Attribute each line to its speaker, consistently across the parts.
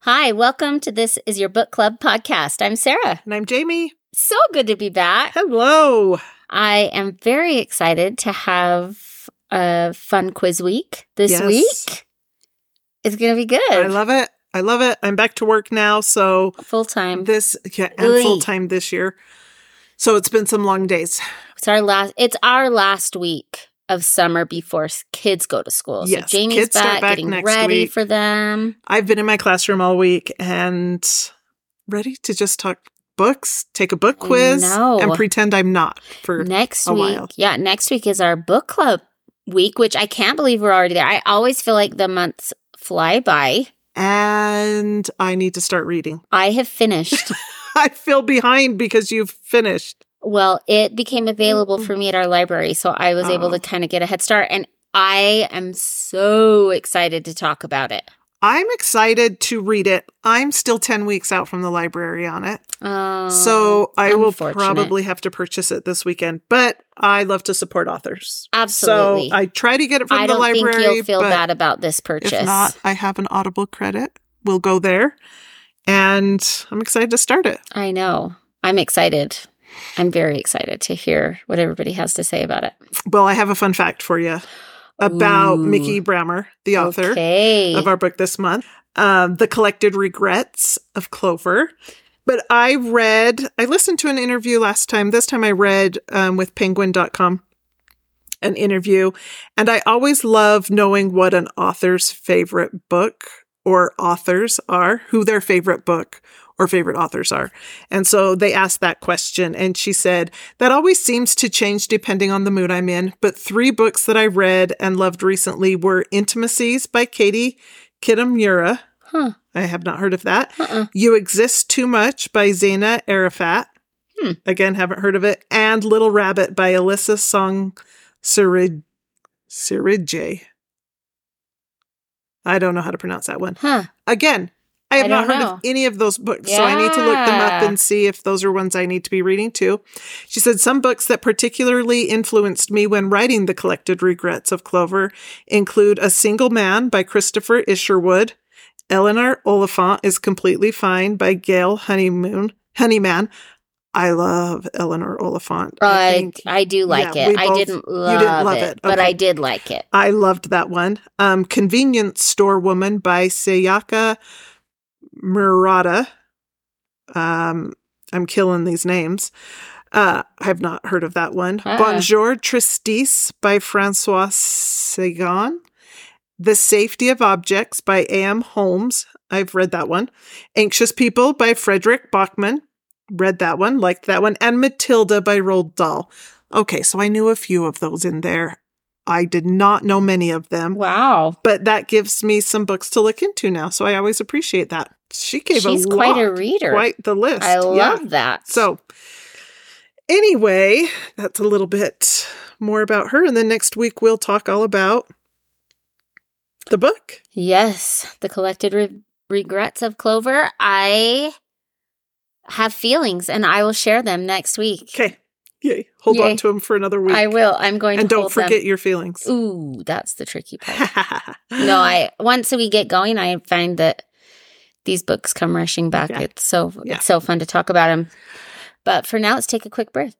Speaker 1: Hi, welcome to This Is Your Book Club podcast. I'm Sarah.
Speaker 2: And I'm Jamie.
Speaker 1: So good to be back.
Speaker 2: Hello.
Speaker 1: I am very excited to have a fun quiz week this
Speaker 2: Yes.
Speaker 1: week. It's going to be good.
Speaker 2: I love it. I love it. I'm back to work now. So
Speaker 1: Full time.
Speaker 2: this, yeah,
Speaker 1: Oy.
Speaker 2: and full time this year. So it's been some long days.
Speaker 1: It's our last. It's our last week of summer before s- kids go to school.
Speaker 2: Yes,
Speaker 1: so Jamie's
Speaker 2: kids start
Speaker 1: back,
Speaker 2: back
Speaker 1: getting
Speaker 2: next
Speaker 1: ready
Speaker 2: week.
Speaker 1: for them.
Speaker 2: I've been in my classroom all week and ready to just talk books, take a book
Speaker 1: I
Speaker 2: quiz,
Speaker 1: know.
Speaker 2: and pretend I'm not for
Speaker 1: Next
Speaker 2: a
Speaker 1: week,
Speaker 2: while.
Speaker 1: yeah, next week is our book club week, which I can't believe we're already there. I always feel like the months fly by.
Speaker 2: and I need to start reading.
Speaker 1: I have finished.
Speaker 2: I feel behind because you've finished.
Speaker 1: well, it became available for me at our library, so I was able
Speaker 2: Mm-hmm. Oh.
Speaker 1: to kind of get a head start, and I am so excited to talk about it.
Speaker 2: I'm excited to read it. I'm still 10 weeks out from the library on it.
Speaker 1: Oh,
Speaker 2: So I will
Speaker 1: unfortunate.
Speaker 2: probably have to purchase it this weekend, but I love to support authors.
Speaker 1: absolutely.
Speaker 2: So I try to get it from
Speaker 1: I
Speaker 2: the
Speaker 1: don't
Speaker 2: library.
Speaker 1: think you'll feel
Speaker 2: but
Speaker 1: bad about this purchase.
Speaker 2: If not, I have an Audible credit. We'll go there. And I'm excited to start it.
Speaker 1: I know. I'm excited. I'm very excited to hear what everybody has to say about it.
Speaker 2: Well, I have a fun fact for you about
Speaker 1: Ooh.
Speaker 2: Mickey Brammer, the author
Speaker 1: okay.
Speaker 2: of our book this month, um, The Collected Regrets of Clover. But I read, I listened to an interview last time. This time I read um, with penguin.com an interview. And I always love knowing what an author's favorite book or authors are, who their favorite book or favorite authors are. And so they asked that question. And she said, That always seems to change depending on the mood I'm in. But three books that I read and loved recently were Intimacies by Katie Kitamura.
Speaker 1: Huh.
Speaker 2: I have not heard of that.
Speaker 1: Uh-uh.
Speaker 2: You Exist Too Much by Zaina Arafat.
Speaker 1: Hmm.
Speaker 2: Again, haven't heard of it. And Little Rabbit by Alyssa Song Sirid Siridje. I don't know how to pronounce that one.
Speaker 1: Huh.
Speaker 2: Again, I have
Speaker 1: I
Speaker 2: not
Speaker 1: don't
Speaker 2: heard
Speaker 1: know.
Speaker 2: of any of those books, so I need to look them up
Speaker 1: Yeah.
Speaker 2: and see if those are ones I need to be reading too. She said some books that particularly influenced me when writing The Collected Regrets of Clover include A Single Man by Christopher Isherwood, Eleanor Oliphant is Completely Fine by Gail Honeymoon Honeyman. I love Eleanor Oliphant. I
Speaker 1: I,
Speaker 2: think-
Speaker 1: I do like
Speaker 2: yeah,
Speaker 1: it.
Speaker 2: we
Speaker 1: I
Speaker 2: both-
Speaker 1: didn't love,
Speaker 2: didn't love
Speaker 1: it,
Speaker 2: it.
Speaker 1: but
Speaker 2: Okay.
Speaker 1: I did like it.
Speaker 2: I loved that one. Um, Convenience Store Woman by Sayaka Murata. Um, I'm killing these names. Uh, I have not heard of that one.
Speaker 1: Uh-uh.
Speaker 2: Bonjour Tristesse by Francois Sagan. The Safety of Objects by A.M. Holmes. I've read that one. Anxious People by Frederick Bachman. Read that one, liked that one. And Matilda by Roald Dahl. Okay, so I knew a few of those in there. I did not know many of them,
Speaker 1: Wow.
Speaker 2: but that gives me some books to look into now. So I always appreciate that. She gave
Speaker 1: She's
Speaker 2: a
Speaker 1: quite a
Speaker 2: lot,
Speaker 1: reader.
Speaker 2: quite the list.
Speaker 1: I
Speaker 2: Yeah.
Speaker 1: love that.
Speaker 2: So, anyway, that's a little bit more about her. And then next week, we'll talk all about the book.
Speaker 1: Yes, the collected re- regrets of Clover. I have feelings and I will share them next week.
Speaker 2: Okay. Yay. Hold
Speaker 1: Yay.
Speaker 2: on to them for another week.
Speaker 1: I will. I'm going
Speaker 2: and
Speaker 1: to
Speaker 2: don't
Speaker 1: hold them.
Speaker 2: forget your feelings.
Speaker 1: Ooh, that's the tricky part. no, I once we get going, I find that these books come rushing back.
Speaker 2: Yeah.
Speaker 1: It's so
Speaker 2: Yeah.
Speaker 1: it's so fun to talk about them. But for now, let's take a quick break.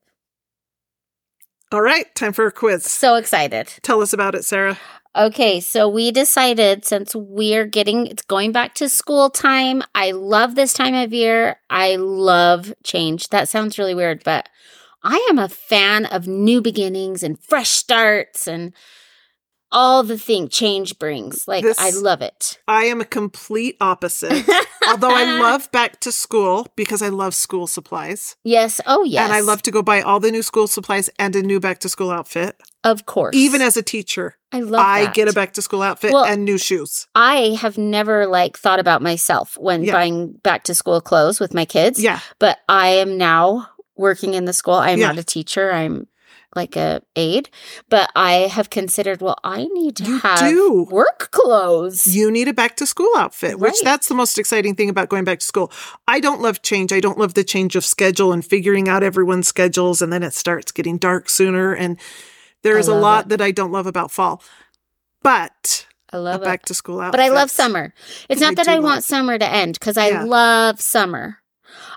Speaker 2: All right. Time for a quiz.
Speaker 1: So excited.
Speaker 2: Tell us about it, Sarah.
Speaker 1: Okay, so we decided since we're getting it's going back to school time. I love this time of year. I love change. That sounds really weird, but I am a fan of new beginnings and fresh starts and all the thing change brings. Like
Speaker 2: This-
Speaker 1: I love it.
Speaker 2: I am a complete opposite. Although I love back to school because I love school supplies.
Speaker 1: Yes, oh yes.
Speaker 2: And I love to go buy all the new school supplies and a new back to school outfit.
Speaker 1: of course.
Speaker 2: Even as a teacher,
Speaker 1: I love
Speaker 2: I
Speaker 1: that.
Speaker 2: get a back to school outfit
Speaker 1: Well-
Speaker 2: and new shoes.
Speaker 1: I have never like thought about myself when
Speaker 2: Yeah.
Speaker 1: buying back to school clothes with my kids.
Speaker 2: Yeah.
Speaker 1: but I am now working in the school. I'm
Speaker 2: Yeah.
Speaker 1: not a teacher. I'm like a aide, but I have considered. Well, I need to
Speaker 2: You
Speaker 1: have
Speaker 2: do.
Speaker 1: work clothes.
Speaker 2: You need a back to school outfit, which
Speaker 1: Right.
Speaker 2: that's the most exciting thing about going back to school. I don't love change. I don't love the change of schedule and figuring out everyone's schedules and then it starts getting dark sooner and there
Speaker 1: I
Speaker 2: is a
Speaker 1: love
Speaker 2: lot
Speaker 1: it.
Speaker 2: that I don't love about fall. But
Speaker 1: I love it.
Speaker 2: back to school outfit.
Speaker 1: But I love summer. It's
Speaker 2: I
Speaker 1: not that
Speaker 2: do
Speaker 1: I
Speaker 2: love-
Speaker 1: want summer to end because I
Speaker 2: Yeah.
Speaker 1: love summer.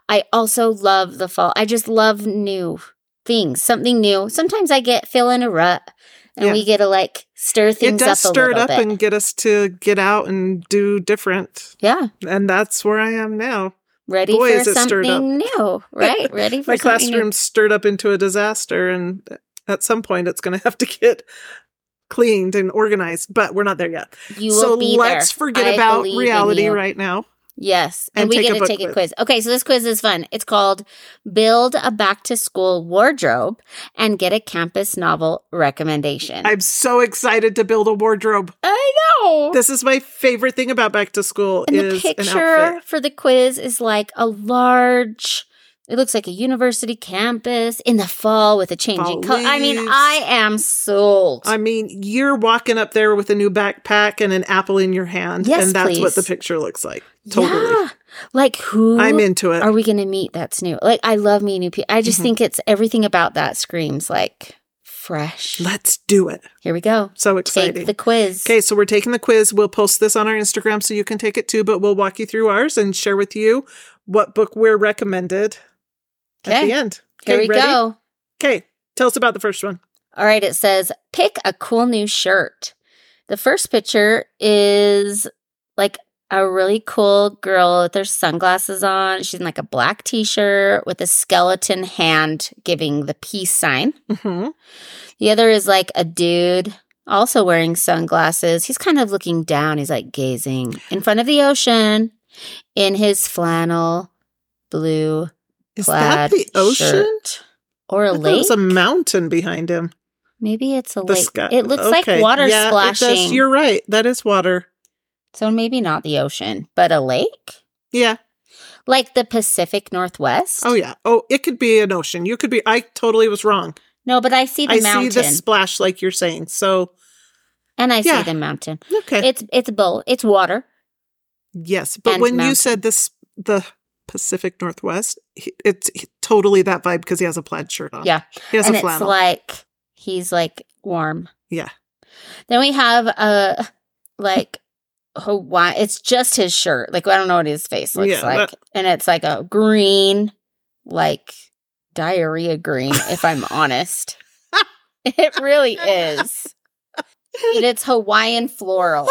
Speaker 1: I also love the fall. I just love new things, something new. Sometimes I get feel in a rut and
Speaker 2: Yeah.
Speaker 1: we get to like stir
Speaker 2: It
Speaker 1: things
Speaker 2: does
Speaker 1: up a
Speaker 2: stir it
Speaker 1: little
Speaker 2: up
Speaker 1: bit.
Speaker 2: and get us to get out and do different.
Speaker 1: yeah.
Speaker 2: And that's where I am now.
Speaker 1: Ready
Speaker 2: Boy,
Speaker 1: for
Speaker 2: is it stirred up.
Speaker 1: something new. Right? Ready for
Speaker 2: My
Speaker 1: something new.
Speaker 2: classroom's stirred up into a disaster, and at some point, it's going to have to get cleaned and organized. But we're not there yet.
Speaker 1: You
Speaker 2: so
Speaker 1: will be
Speaker 2: let's
Speaker 1: there.
Speaker 2: forget
Speaker 1: I
Speaker 2: about
Speaker 1: believe in
Speaker 2: reality
Speaker 1: you.
Speaker 2: right now.
Speaker 1: Yes.
Speaker 2: and
Speaker 1: And, we
Speaker 2: take a
Speaker 1: get to
Speaker 2: book
Speaker 1: take a
Speaker 2: quiz.
Speaker 1: quiz. Okay, so this quiz is fun. It's called Build a Back to School Wardrobe and Get a Campus Novel Recommendation.
Speaker 2: I'm so excited to build a wardrobe.
Speaker 1: I know.
Speaker 2: This is my favorite thing about back to school
Speaker 1: and the
Speaker 2: is an
Speaker 1: picture
Speaker 2: outfit.
Speaker 1: for the quiz is like a large, it looks like a university campus in the fall with a changing
Speaker 2: Fall
Speaker 1: color. I mean,
Speaker 2: leaves.
Speaker 1: I am sold.
Speaker 2: I mean, you're walking up there with a new backpack and an apple in your hand,
Speaker 1: Yes,
Speaker 2: and that's what
Speaker 1: please.
Speaker 2: the picture looks like. Totally.
Speaker 1: Yeah. Like, who
Speaker 2: I'm into it.
Speaker 1: are we going to meet that's new? Like, I love meeting new people. I just
Speaker 2: Mhm.
Speaker 1: think it's everything about that screams like fresh.
Speaker 2: Let's do it.
Speaker 1: Here we go.
Speaker 2: So
Speaker 1: Take
Speaker 2: exciting.
Speaker 1: the quiz.
Speaker 2: Okay, so we're taking the quiz. We'll post this on our Instagram so you can take it too, but we'll walk you through ours and share with you what book we're recommended at
Speaker 1: Okay.
Speaker 2: the end.
Speaker 1: Here
Speaker 2: Okay,
Speaker 1: we
Speaker 2: ready?
Speaker 1: go.
Speaker 2: Okay, tell us about the first one.
Speaker 1: All right, it says pick a cool new shirt. The first picture is like a really cool girl with her sunglasses on. She's in like a black t shirt with a skeleton hand giving the peace sign.
Speaker 2: Mm-hmm.
Speaker 1: The other is like a dude also wearing sunglasses. He's kind of looking down. He's like gazing in front of the ocean in his flannel blue
Speaker 2: Is
Speaker 1: plaid
Speaker 2: that the ocean?
Speaker 1: shirt. or a
Speaker 2: I thought it
Speaker 1: lake.
Speaker 2: was a mountain behind him.
Speaker 1: Maybe it's a
Speaker 2: The
Speaker 1: lake.
Speaker 2: sky.
Speaker 1: It looks
Speaker 2: Okay.
Speaker 1: like water
Speaker 2: Yeah, it does.
Speaker 1: splashing.
Speaker 2: You're right. That is water.
Speaker 1: So maybe not the ocean, but a lake?
Speaker 2: Yeah.
Speaker 1: Like the Pacific Northwest?
Speaker 2: Oh yeah. Oh, it could be an ocean. You could be. I totally was wrong.
Speaker 1: No, but I see the
Speaker 2: I
Speaker 1: mountain.
Speaker 2: see the splash, like you're saying. So
Speaker 1: and I
Speaker 2: yeah.
Speaker 1: see the mountain.
Speaker 2: okay.
Speaker 1: It's it's both. It's water.
Speaker 2: Yes, but
Speaker 1: and
Speaker 2: when you
Speaker 1: mountain.
Speaker 2: said this, the Pacific Northwest, he- it's totally that vibe because he has a plaid shirt on.
Speaker 1: Yeah.
Speaker 2: he has
Speaker 1: and
Speaker 2: a
Speaker 1: it's
Speaker 2: flannel.
Speaker 1: like he's like warm.
Speaker 2: Yeah.
Speaker 1: Then we have a like Hawaii. It's just his shirt. Like I don't know what his face looks
Speaker 2: Yeah,
Speaker 1: like. and it's like a green, like diarrhea green, if I'm honest. It really is. and it's Hawaiian floral.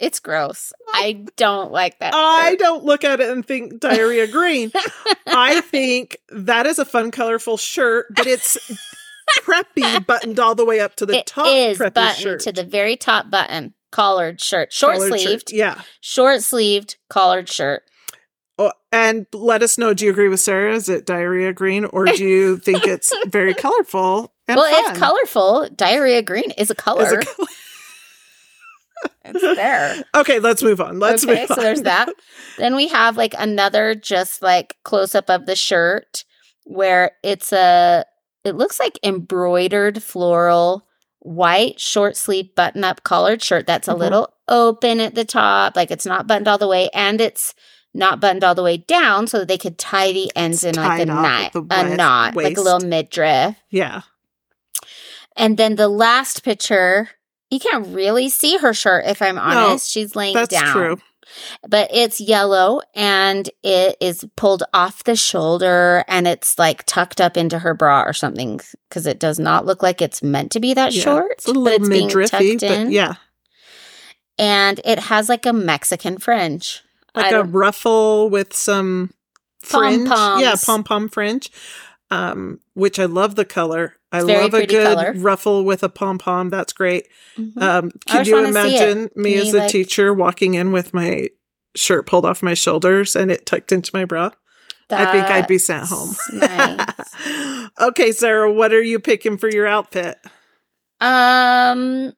Speaker 1: It's gross. I don't like that.
Speaker 2: I don't look at it and think diarrhea green. I think that is a fun, colorful shirt, but it's preppy, buttoned all the way up to the
Speaker 1: it
Speaker 2: top.
Speaker 1: is
Speaker 2: preppy
Speaker 1: buttoned
Speaker 2: shirt.
Speaker 1: to the very top button. Collared shirt, short
Speaker 2: Collared shirt.
Speaker 1: sleeved,
Speaker 2: Yeah.
Speaker 1: short sleeved collared shirt.
Speaker 2: Oh, and let us know. Do you agree with Sarah? Is it diarrhea green, or do you think it's very colorful? And
Speaker 1: well,
Speaker 2: fun?
Speaker 1: it's colorful. Diarrhea green is a color.
Speaker 2: Is it color-
Speaker 1: it's there.
Speaker 2: okay, let's move on. Let's
Speaker 1: okay,
Speaker 2: move
Speaker 1: so
Speaker 2: on.
Speaker 1: there's that. Then we have like another just like close up of the shirt where it's a it looks like embroidered floral white short sleeve button up collared shirt that's a
Speaker 2: Mhm.
Speaker 1: little open at the top, like it's not buttoned all the way and it's not buttoned all the way down so that they could tie the ends in like a
Speaker 2: tied off
Speaker 1: knot,
Speaker 2: at the
Speaker 1: a
Speaker 2: wa-
Speaker 1: knot, like a little
Speaker 2: waist.
Speaker 1: midriff.
Speaker 2: Yeah.
Speaker 1: And then the last picture, you can't really see her shirt if I'm honest. She's laying
Speaker 2: That's
Speaker 1: down
Speaker 2: true.
Speaker 1: but it's yellow and it is pulled off the shoulder and it's like tucked up into her bra or something because it does not look like it's meant to be that
Speaker 2: Yeah,
Speaker 1: short.
Speaker 2: It's a little
Speaker 1: being
Speaker 2: midriffy,
Speaker 1: tucked
Speaker 2: but
Speaker 1: in.
Speaker 2: yeah,
Speaker 1: And it has like a Mexican fringe. I
Speaker 2: like a
Speaker 1: don't-
Speaker 2: ruffle with some fringe. Yeah,
Speaker 1: Pom-poms.
Speaker 2: pom pom fringe, um, which I love the color. I
Speaker 1: It's very
Speaker 2: love a
Speaker 1: pretty
Speaker 2: good
Speaker 1: color.
Speaker 2: ruffle with a pom pom. That's great.
Speaker 1: Mhm.
Speaker 2: Um,
Speaker 1: I
Speaker 2: could
Speaker 1: just
Speaker 2: you
Speaker 1: wanna see it.
Speaker 2: imagine me,
Speaker 1: Me,
Speaker 2: as a
Speaker 1: like-
Speaker 2: teacher walking in with my shirt pulled off my shoulders and it tucked into my bra? I think I'd be sent home.
Speaker 1: That's nice.
Speaker 2: okay, Sarah, what are you picking for your outfit?
Speaker 1: um,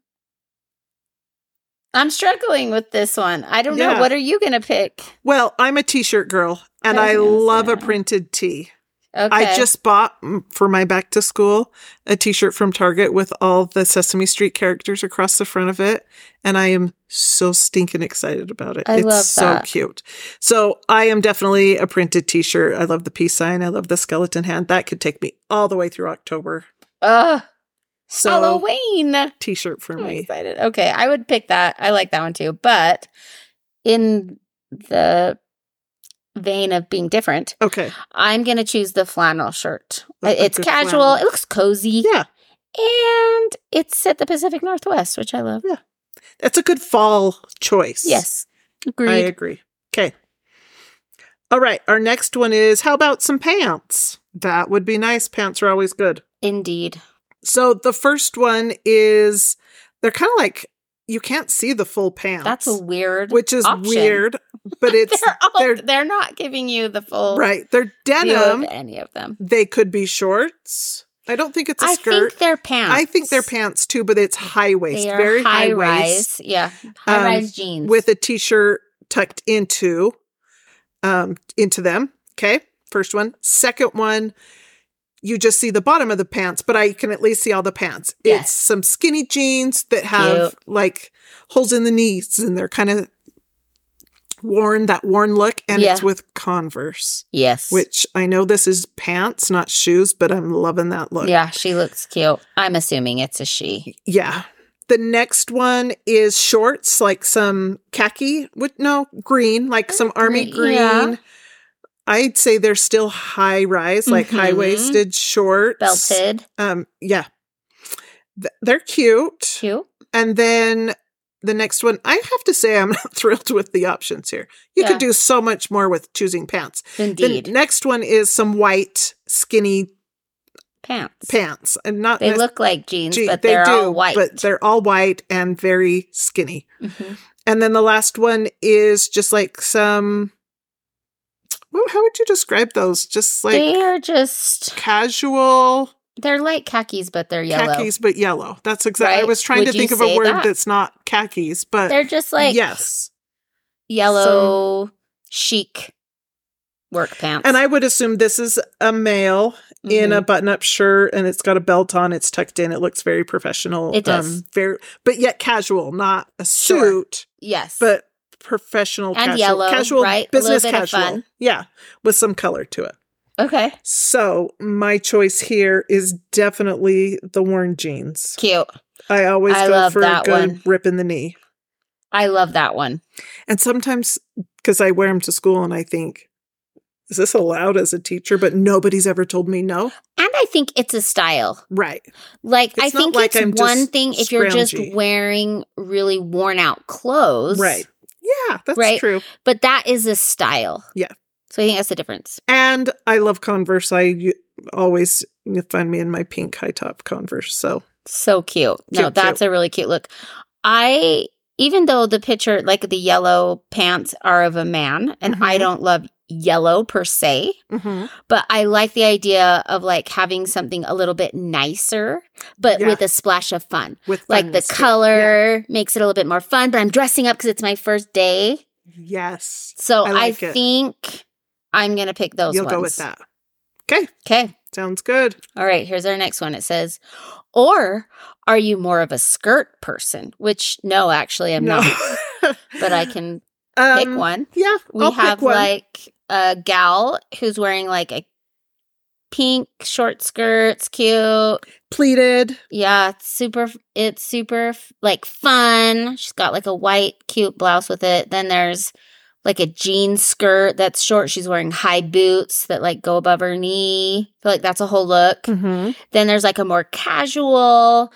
Speaker 1: I'm struggling with this one. I don't
Speaker 2: Yeah.
Speaker 1: know. What are you going to pick?
Speaker 2: Well, I'm a t-shirt girl and
Speaker 1: I
Speaker 2: I
Speaker 1: was gonna
Speaker 2: love a
Speaker 1: say.
Speaker 2: printed tee.
Speaker 1: Okay.
Speaker 2: I just bought mm, for my back to school a t shirt from Target with all the Sesame Street characters across the front of it. And I am so stinking excited about it.
Speaker 1: I
Speaker 2: it's
Speaker 1: love
Speaker 2: so
Speaker 1: that.
Speaker 2: cute. So I am definitely a printed t shirt. I love the peace sign. I love the skeleton hand. That could take me all the way through October.
Speaker 1: Ugh.
Speaker 2: So
Speaker 1: Halloween.
Speaker 2: t-shirt for
Speaker 1: I'm
Speaker 2: me.
Speaker 1: excited. Okay, I would pick that. I like that one too. But in the vein of being different,
Speaker 2: Okay.
Speaker 1: I'm going to choose the flannel shirt.
Speaker 2: That's a
Speaker 1: it's
Speaker 2: good
Speaker 1: casual.
Speaker 2: flannel.
Speaker 1: It looks cozy.
Speaker 2: Yeah.
Speaker 1: And it's at the Pacific Northwest, which I love.
Speaker 2: That's a good fall choice.
Speaker 1: Yes.
Speaker 2: I
Speaker 1: Agreed.
Speaker 2: agree. Okay. All right. Our next one is how about some pants? That would be nice. Pants are always good.
Speaker 1: Indeed.
Speaker 2: So the first one is they're kind of like you can't see the full pants.
Speaker 1: That's a weird.
Speaker 2: which is
Speaker 1: option.
Speaker 2: weird, but it's
Speaker 1: they're, all,
Speaker 2: they're-
Speaker 1: they're, not giving you the full
Speaker 2: right. They're
Speaker 1: view of
Speaker 2: denim.
Speaker 1: any of them.
Speaker 2: They could be shorts. I don't think it's a
Speaker 1: I
Speaker 2: skirt.
Speaker 1: think they're pants.
Speaker 2: I think they're pants too, but it's high waist,
Speaker 1: They are
Speaker 2: very
Speaker 1: high,
Speaker 2: high waist Um,
Speaker 1: rise. Yeah. High rise jeans.
Speaker 2: with a t-shirt tucked into um into them. Okay? First one. Second one, you just see the bottom of the pants, but I can at least see all the pants. It's
Speaker 1: Yes.
Speaker 2: some skinny jeans that have like holes in the knees and they're kind of worn that worn look and it's
Speaker 1: Yeah.
Speaker 2: with Converse,
Speaker 1: yes.
Speaker 2: which I know this is pants, not shoes, but I'm loving that look.
Speaker 1: Yeah, she looks cute. I'm assuming it's a she.
Speaker 2: Yeah. The next one is shorts, like some khaki with no green, like some army green.
Speaker 1: Green, Oh, yeah.
Speaker 2: I'd say they're still high rise, like
Speaker 1: Mhm.
Speaker 2: high waisted shorts.
Speaker 1: Belted.
Speaker 2: Um, yeah. Th- they're cute.
Speaker 1: Cute.
Speaker 2: And then the next one, I have to say, I'm not thrilled with the options here. You
Speaker 1: Yeah.
Speaker 2: could do so much more with choosing pants.
Speaker 1: Indeed.
Speaker 2: The next one is some white, skinny
Speaker 1: Pants.
Speaker 2: pants. And not
Speaker 1: They
Speaker 2: necess-
Speaker 1: look like jeans,
Speaker 2: Gee,
Speaker 1: but they're all white.
Speaker 2: but they're all white and very skinny.
Speaker 1: Mhm.
Speaker 2: And then the last one is just like some. Well, how would you describe those? Just like
Speaker 1: they're just
Speaker 2: casual
Speaker 1: they're like khakis, but they're yellow.
Speaker 2: khakis, but yellow. That's exactly. I
Speaker 1: Right?
Speaker 2: was trying
Speaker 1: Would you
Speaker 2: to think of a
Speaker 1: say
Speaker 2: word
Speaker 1: that?
Speaker 2: that's not khakis, but
Speaker 1: They're just like
Speaker 2: yes.
Speaker 1: yellow chic work pants.
Speaker 2: And I would assume this is a male in
Speaker 1: Mhm.
Speaker 2: a button-up shirt, and it's got a belt on. It's tucked in. It looks very professional. um,
Speaker 1: It does.
Speaker 2: very, but yet casual, not a
Speaker 1: Sure.
Speaker 2: suit.
Speaker 1: yes,
Speaker 2: but professional
Speaker 1: And
Speaker 2: casual,
Speaker 1: yellow,
Speaker 2: casual
Speaker 1: right? A little
Speaker 2: business
Speaker 1: bit of
Speaker 2: casual,
Speaker 1: fun.
Speaker 2: yeah, with some color to it.
Speaker 1: okay,
Speaker 2: So my choice here is definitely the worn jeans.
Speaker 1: cute.
Speaker 2: I always
Speaker 1: I
Speaker 2: go
Speaker 1: love
Speaker 2: for a
Speaker 1: that
Speaker 2: good
Speaker 1: one.
Speaker 2: rip in the knee,
Speaker 1: I love that one.
Speaker 2: and sometimes because I wear them to school, and I think, is this allowed as a teacher? But nobody's ever told me no.
Speaker 1: And I think it's a style.
Speaker 2: Right?
Speaker 1: Like I
Speaker 2: It's not
Speaker 1: think
Speaker 2: like
Speaker 1: it's
Speaker 2: I'm
Speaker 1: one
Speaker 2: just
Speaker 1: thing if you're just
Speaker 2: scroungy.
Speaker 1: wearing really worn out clothes,
Speaker 2: Right. Yeah, that's
Speaker 1: Right.
Speaker 2: true.
Speaker 1: But that is a style.
Speaker 2: Yeah.
Speaker 1: So I think that's the difference.
Speaker 2: And I love Converse. I u- always you find me in my pink high top Converse. So
Speaker 1: So cute. no,
Speaker 2: Cute,
Speaker 1: that's a really cute look. I even though the picture like the yellow pants are of a man and I
Speaker 2: Mhm.
Speaker 1: don't love yellow per se,
Speaker 2: mm-hmm,
Speaker 1: but I like the idea of like having something a little bit nicer but
Speaker 2: Yeah.
Speaker 1: with a splash of fun.
Speaker 2: with
Speaker 1: Like the
Speaker 2: funness to it.
Speaker 1: color makes it a little bit more fun, but I'm dressing up cuz it's my first day.
Speaker 2: Yes.
Speaker 1: So
Speaker 2: I
Speaker 1: I,
Speaker 2: like it.
Speaker 1: think I'm going to pick those
Speaker 2: You'll
Speaker 1: ones.
Speaker 2: go with that. Okay.
Speaker 1: Okay.
Speaker 2: Sounds good.
Speaker 1: All right, here's our next one. It says, Or are you more of a skirt person? Which, no, actually, I'm not, but I can
Speaker 2: um,
Speaker 1: pick one.
Speaker 2: Yeah.
Speaker 1: We
Speaker 2: I'll
Speaker 1: have
Speaker 2: pick one.
Speaker 1: like a gal who's wearing like a pink short skirt. It's cute.
Speaker 2: pleated.
Speaker 1: Yeah, it's super, it's super like fun. She's got like a white, cute blouse with it. Then there's like a jean skirt that's short. She's wearing high boots that like go above her knee. I feel like that's a whole look. Then there's like a more casual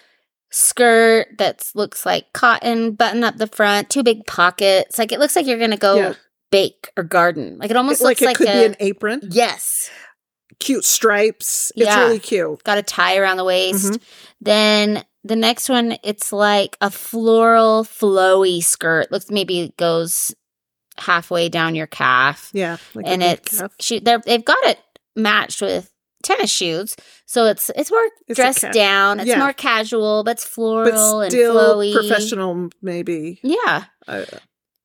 Speaker 1: skirt that looks like cotton, button up the front, two big pockets. Like it looks like you're gonna go
Speaker 2: Yeah.
Speaker 1: bake or garden. Like it Oh, almost
Speaker 2: like
Speaker 1: looks
Speaker 2: it
Speaker 1: like
Speaker 2: could
Speaker 1: a
Speaker 2: be an apron.
Speaker 1: yes,
Speaker 2: Cute stripes. It's
Speaker 1: Yeah.
Speaker 2: really cute.
Speaker 1: got a tie around the waist.
Speaker 2: Mhm.
Speaker 1: Then the next one, it's like a floral flowy skirt. Looks maybe it goes halfway down your calf.
Speaker 2: Yeah. Like a
Speaker 1: and
Speaker 2: big
Speaker 1: it's
Speaker 2: calf.
Speaker 1: she, they're- they've got it matched with tennis shoes, so it's it's more
Speaker 2: It's a
Speaker 1: dressed
Speaker 2: ca-
Speaker 1: down. It's
Speaker 2: yeah.
Speaker 1: more casual, but it's floral
Speaker 2: but still
Speaker 1: and flowy.
Speaker 2: professional, maybe.
Speaker 1: Yeah,
Speaker 2: Uh,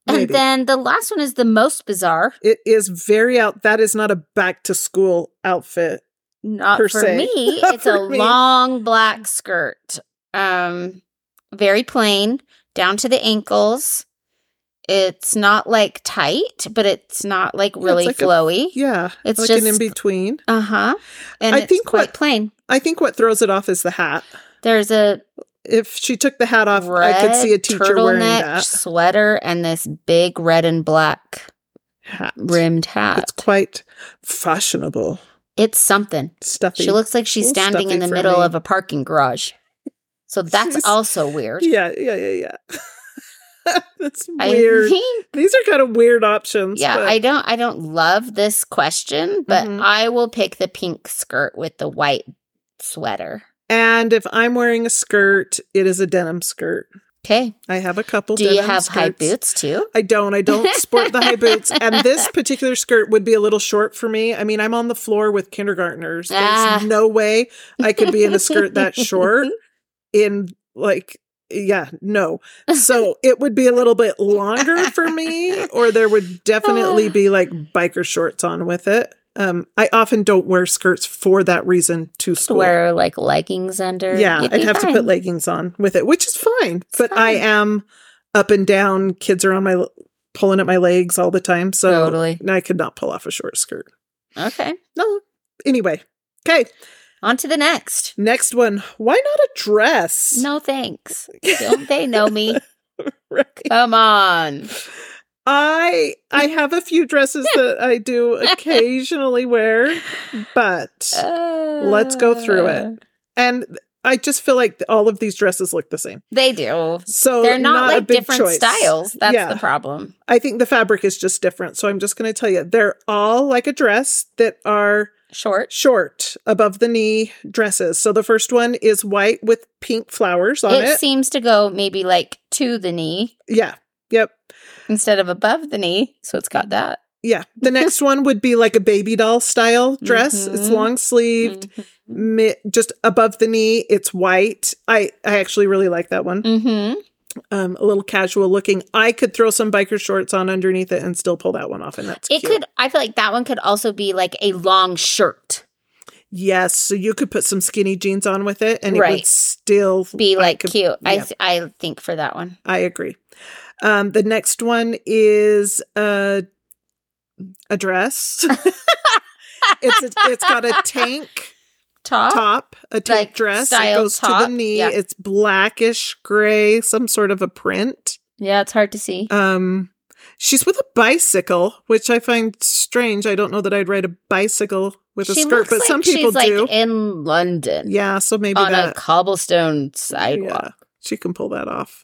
Speaker 1: and
Speaker 2: maybe.
Speaker 1: then the last one is the most bizarre.
Speaker 2: it is very out. That is not a back to school outfit.
Speaker 1: Not
Speaker 2: Per
Speaker 1: for
Speaker 2: se.
Speaker 1: me.
Speaker 2: Not
Speaker 1: it's a
Speaker 2: for me.
Speaker 1: long black skirt, um, very plain down to the ankles. It's not like tight, but it's not like
Speaker 2: it's
Speaker 1: really
Speaker 2: like a-
Speaker 1: flowy.
Speaker 2: Yeah.
Speaker 1: it's
Speaker 2: like
Speaker 1: just
Speaker 2: an in between.
Speaker 1: uh huh, and
Speaker 2: I
Speaker 1: it's
Speaker 2: think
Speaker 1: quite
Speaker 2: what-
Speaker 1: plain.
Speaker 2: I think what throws it off is the hat.
Speaker 1: There's a
Speaker 2: If she took the hat off,
Speaker 1: red
Speaker 2: I could see a teacher
Speaker 1: turtleneck
Speaker 2: wearing that
Speaker 1: sweater and this big red and black
Speaker 2: hat.
Speaker 1: rimmed hat.
Speaker 2: It's quite fashionable.
Speaker 1: it's something.
Speaker 2: Stuffy.
Speaker 1: She looks like she's
Speaker 2: Little
Speaker 1: standing in
Speaker 2: stuffy
Speaker 1: the
Speaker 2: for
Speaker 1: middle
Speaker 2: me.
Speaker 1: of a parking garage. So that's
Speaker 2: She's-
Speaker 1: also weird.
Speaker 2: yeah, yeah, yeah, yeah. That's
Speaker 1: I
Speaker 2: weird.
Speaker 1: think-
Speaker 2: These are kind of weird options.
Speaker 1: yeah,
Speaker 2: but
Speaker 1: I don't I don't love this question, but
Speaker 2: Mhm.
Speaker 1: I will pick the pink skirt with the white sweater.
Speaker 2: and if I'm wearing a skirt, it is a denim skirt.
Speaker 1: Okay.
Speaker 2: I have a couple.
Speaker 1: Do you
Speaker 2: denim
Speaker 1: have high
Speaker 2: skirts.
Speaker 1: boots too?
Speaker 2: I don't. I don't sport the high boots. And this particular skirt would be a little short for me. I mean, I'm on the floor with kindergartners. There's
Speaker 1: Ah.
Speaker 2: no way I could be in a skirt that short in like yeah, no. So it would be a little bit longer for me, or there would definitely be like biker shorts on with it. Um, I often don't wear skirts for that reason to
Speaker 1: To
Speaker 2: school.
Speaker 1: wear like leggings under.
Speaker 2: Yeah,
Speaker 1: You'd
Speaker 2: I'd
Speaker 1: be
Speaker 2: have to
Speaker 1: fine.
Speaker 2: put leggings on with it, which is fine.
Speaker 1: It's
Speaker 2: but I
Speaker 1: fine.
Speaker 2: am up and down. Kids are on my pulling at my legs all the time, so
Speaker 1: Totally.
Speaker 2: I could not pull off a short skirt.
Speaker 1: Okay.
Speaker 2: No. Anyway, okay.
Speaker 1: On to the next.
Speaker 2: Next one. Why not a dress?
Speaker 1: No thanks. Don't they know me?
Speaker 2: Right.
Speaker 1: Come on.
Speaker 2: I I have a few dresses that I do occasionally wear, but
Speaker 1: Uh Let's
Speaker 2: go through it. and I just feel like all of these dresses look the same.
Speaker 1: They do.
Speaker 2: So
Speaker 1: They're not,
Speaker 2: a
Speaker 1: like
Speaker 2: big
Speaker 1: different
Speaker 2: choice.
Speaker 1: styles. That's
Speaker 2: Yeah.
Speaker 1: the problem.
Speaker 2: I think the fabric is just different. So I'm just going to tell you, they're all like a dress that are
Speaker 1: Short.
Speaker 2: short, above the knee dresses. So the first one is white with pink flowers on
Speaker 1: It,
Speaker 2: it.
Speaker 1: seems to go maybe like to the knee
Speaker 2: yeah. Yep.
Speaker 1: instead of above the knee. So it's got that.
Speaker 2: Yeah. The next one would be like a baby doll style dress. It's
Speaker 1: Mhm.
Speaker 2: long sleeved,
Speaker 1: Mm-hmm.
Speaker 2: mi- just above the knee. It's white. I I actually really like that one.
Speaker 1: Mm-hmm.
Speaker 2: Um, a little casual looking. I could throw some biker shorts on underneath it and still pull that one off, and that's
Speaker 1: It
Speaker 2: cute.
Speaker 1: could, I feel like that one could also be like a long shirt.
Speaker 2: Yes, so you could put some skinny jeans on with it, and it
Speaker 1: Right.
Speaker 2: would still
Speaker 1: Be
Speaker 2: I
Speaker 1: like
Speaker 2: could-
Speaker 1: cute. I,
Speaker 2: yeah.
Speaker 1: th- I think for that one.
Speaker 2: I agree. Um, the next one is a a dress. it's a, it's got a tank
Speaker 1: Top.
Speaker 2: top, a tank
Speaker 1: Oh, Like
Speaker 2: dress. It
Speaker 1: style
Speaker 2: goes to
Speaker 1: top,
Speaker 2: the knee.
Speaker 1: yeah.
Speaker 2: It's blackish gray, some sort of a print.
Speaker 1: Yeah, it's hard to see.
Speaker 2: Um, she's with a bicycle, which I find strange. I don't know that I'd ride a bicycle with a
Speaker 1: She
Speaker 2: skirt,
Speaker 1: looks
Speaker 2: but
Speaker 1: like
Speaker 2: some
Speaker 1: she's
Speaker 2: people
Speaker 1: like
Speaker 2: do.
Speaker 1: in London.
Speaker 2: yeah, so maybe
Speaker 1: on
Speaker 2: that.
Speaker 1: a cobblestone
Speaker 2: Yeah,
Speaker 1: sidewalk.
Speaker 2: she can pull that off.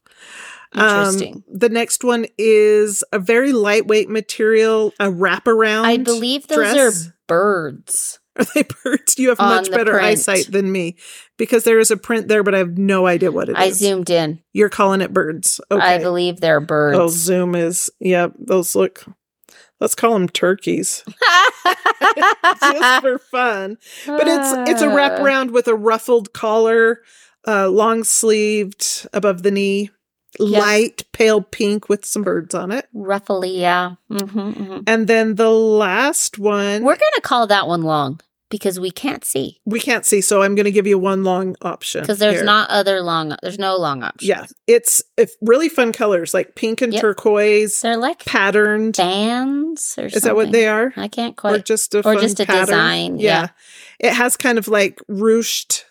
Speaker 1: Interesting.
Speaker 2: Um, the next one is a very lightweight material, a wraparound.
Speaker 1: I believe those
Speaker 2: dress.
Speaker 1: are birds.
Speaker 2: Are they birds? You have
Speaker 1: on
Speaker 2: much
Speaker 1: the
Speaker 2: better
Speaker 1: print.
Speaker 2: eyesight than me because there is a print there, but I have no idea what it
Speaker 1: I
Speaker 2: is.
Speaker 1: zoomed in.
Speaker 2: You're calling it birds. Okay.
Speaker 1: I believe they're
Speaker 2: Oh,
Speaker 1: birds.
Speaker 2: Zoom is. Yeah, those look. Let's call them turkeys just for fun. but it's
Speaker 1: Ah.
Speaker 2: it's a
Speaker 1: Uh,
Speaker 2: wraparound with a ruffled collar, uh, long sleeved above the knee,
Speaker 1: Yeah.
Speaker 2: light pale pink with some birds on it.
Speaker 1: Ruffly, yeah. Mhm, mhm.
Speaker 2: And then the last one
Speaker 1: We're gonna call that one long because we can't see
Speaker 2: we can't see, so I'm going to give you one long option
Speaker 1: because there's
Speaker 2: here.
Speaker 1: not other long. There's no long option.
Speaker 2: Yeah, it's if really fun colors like pink and
Speaker 1: Yep.
Speaker 2: turquoise,
Speaker 1: they're like
Speaker 2: patterned.
Speaker 1: fans or something.
Speaker 2: Is that what they are?
Speaker 1: I can't
Speaker 2: Or
Speaker 1: quite.
Speaker 2: just a
Speaker 1: or
Speaker 2: fun
Speaker 1: just a
Speaker 2: pattern?
Speaker 1: design,
Speaker 2: it has kind of like ruched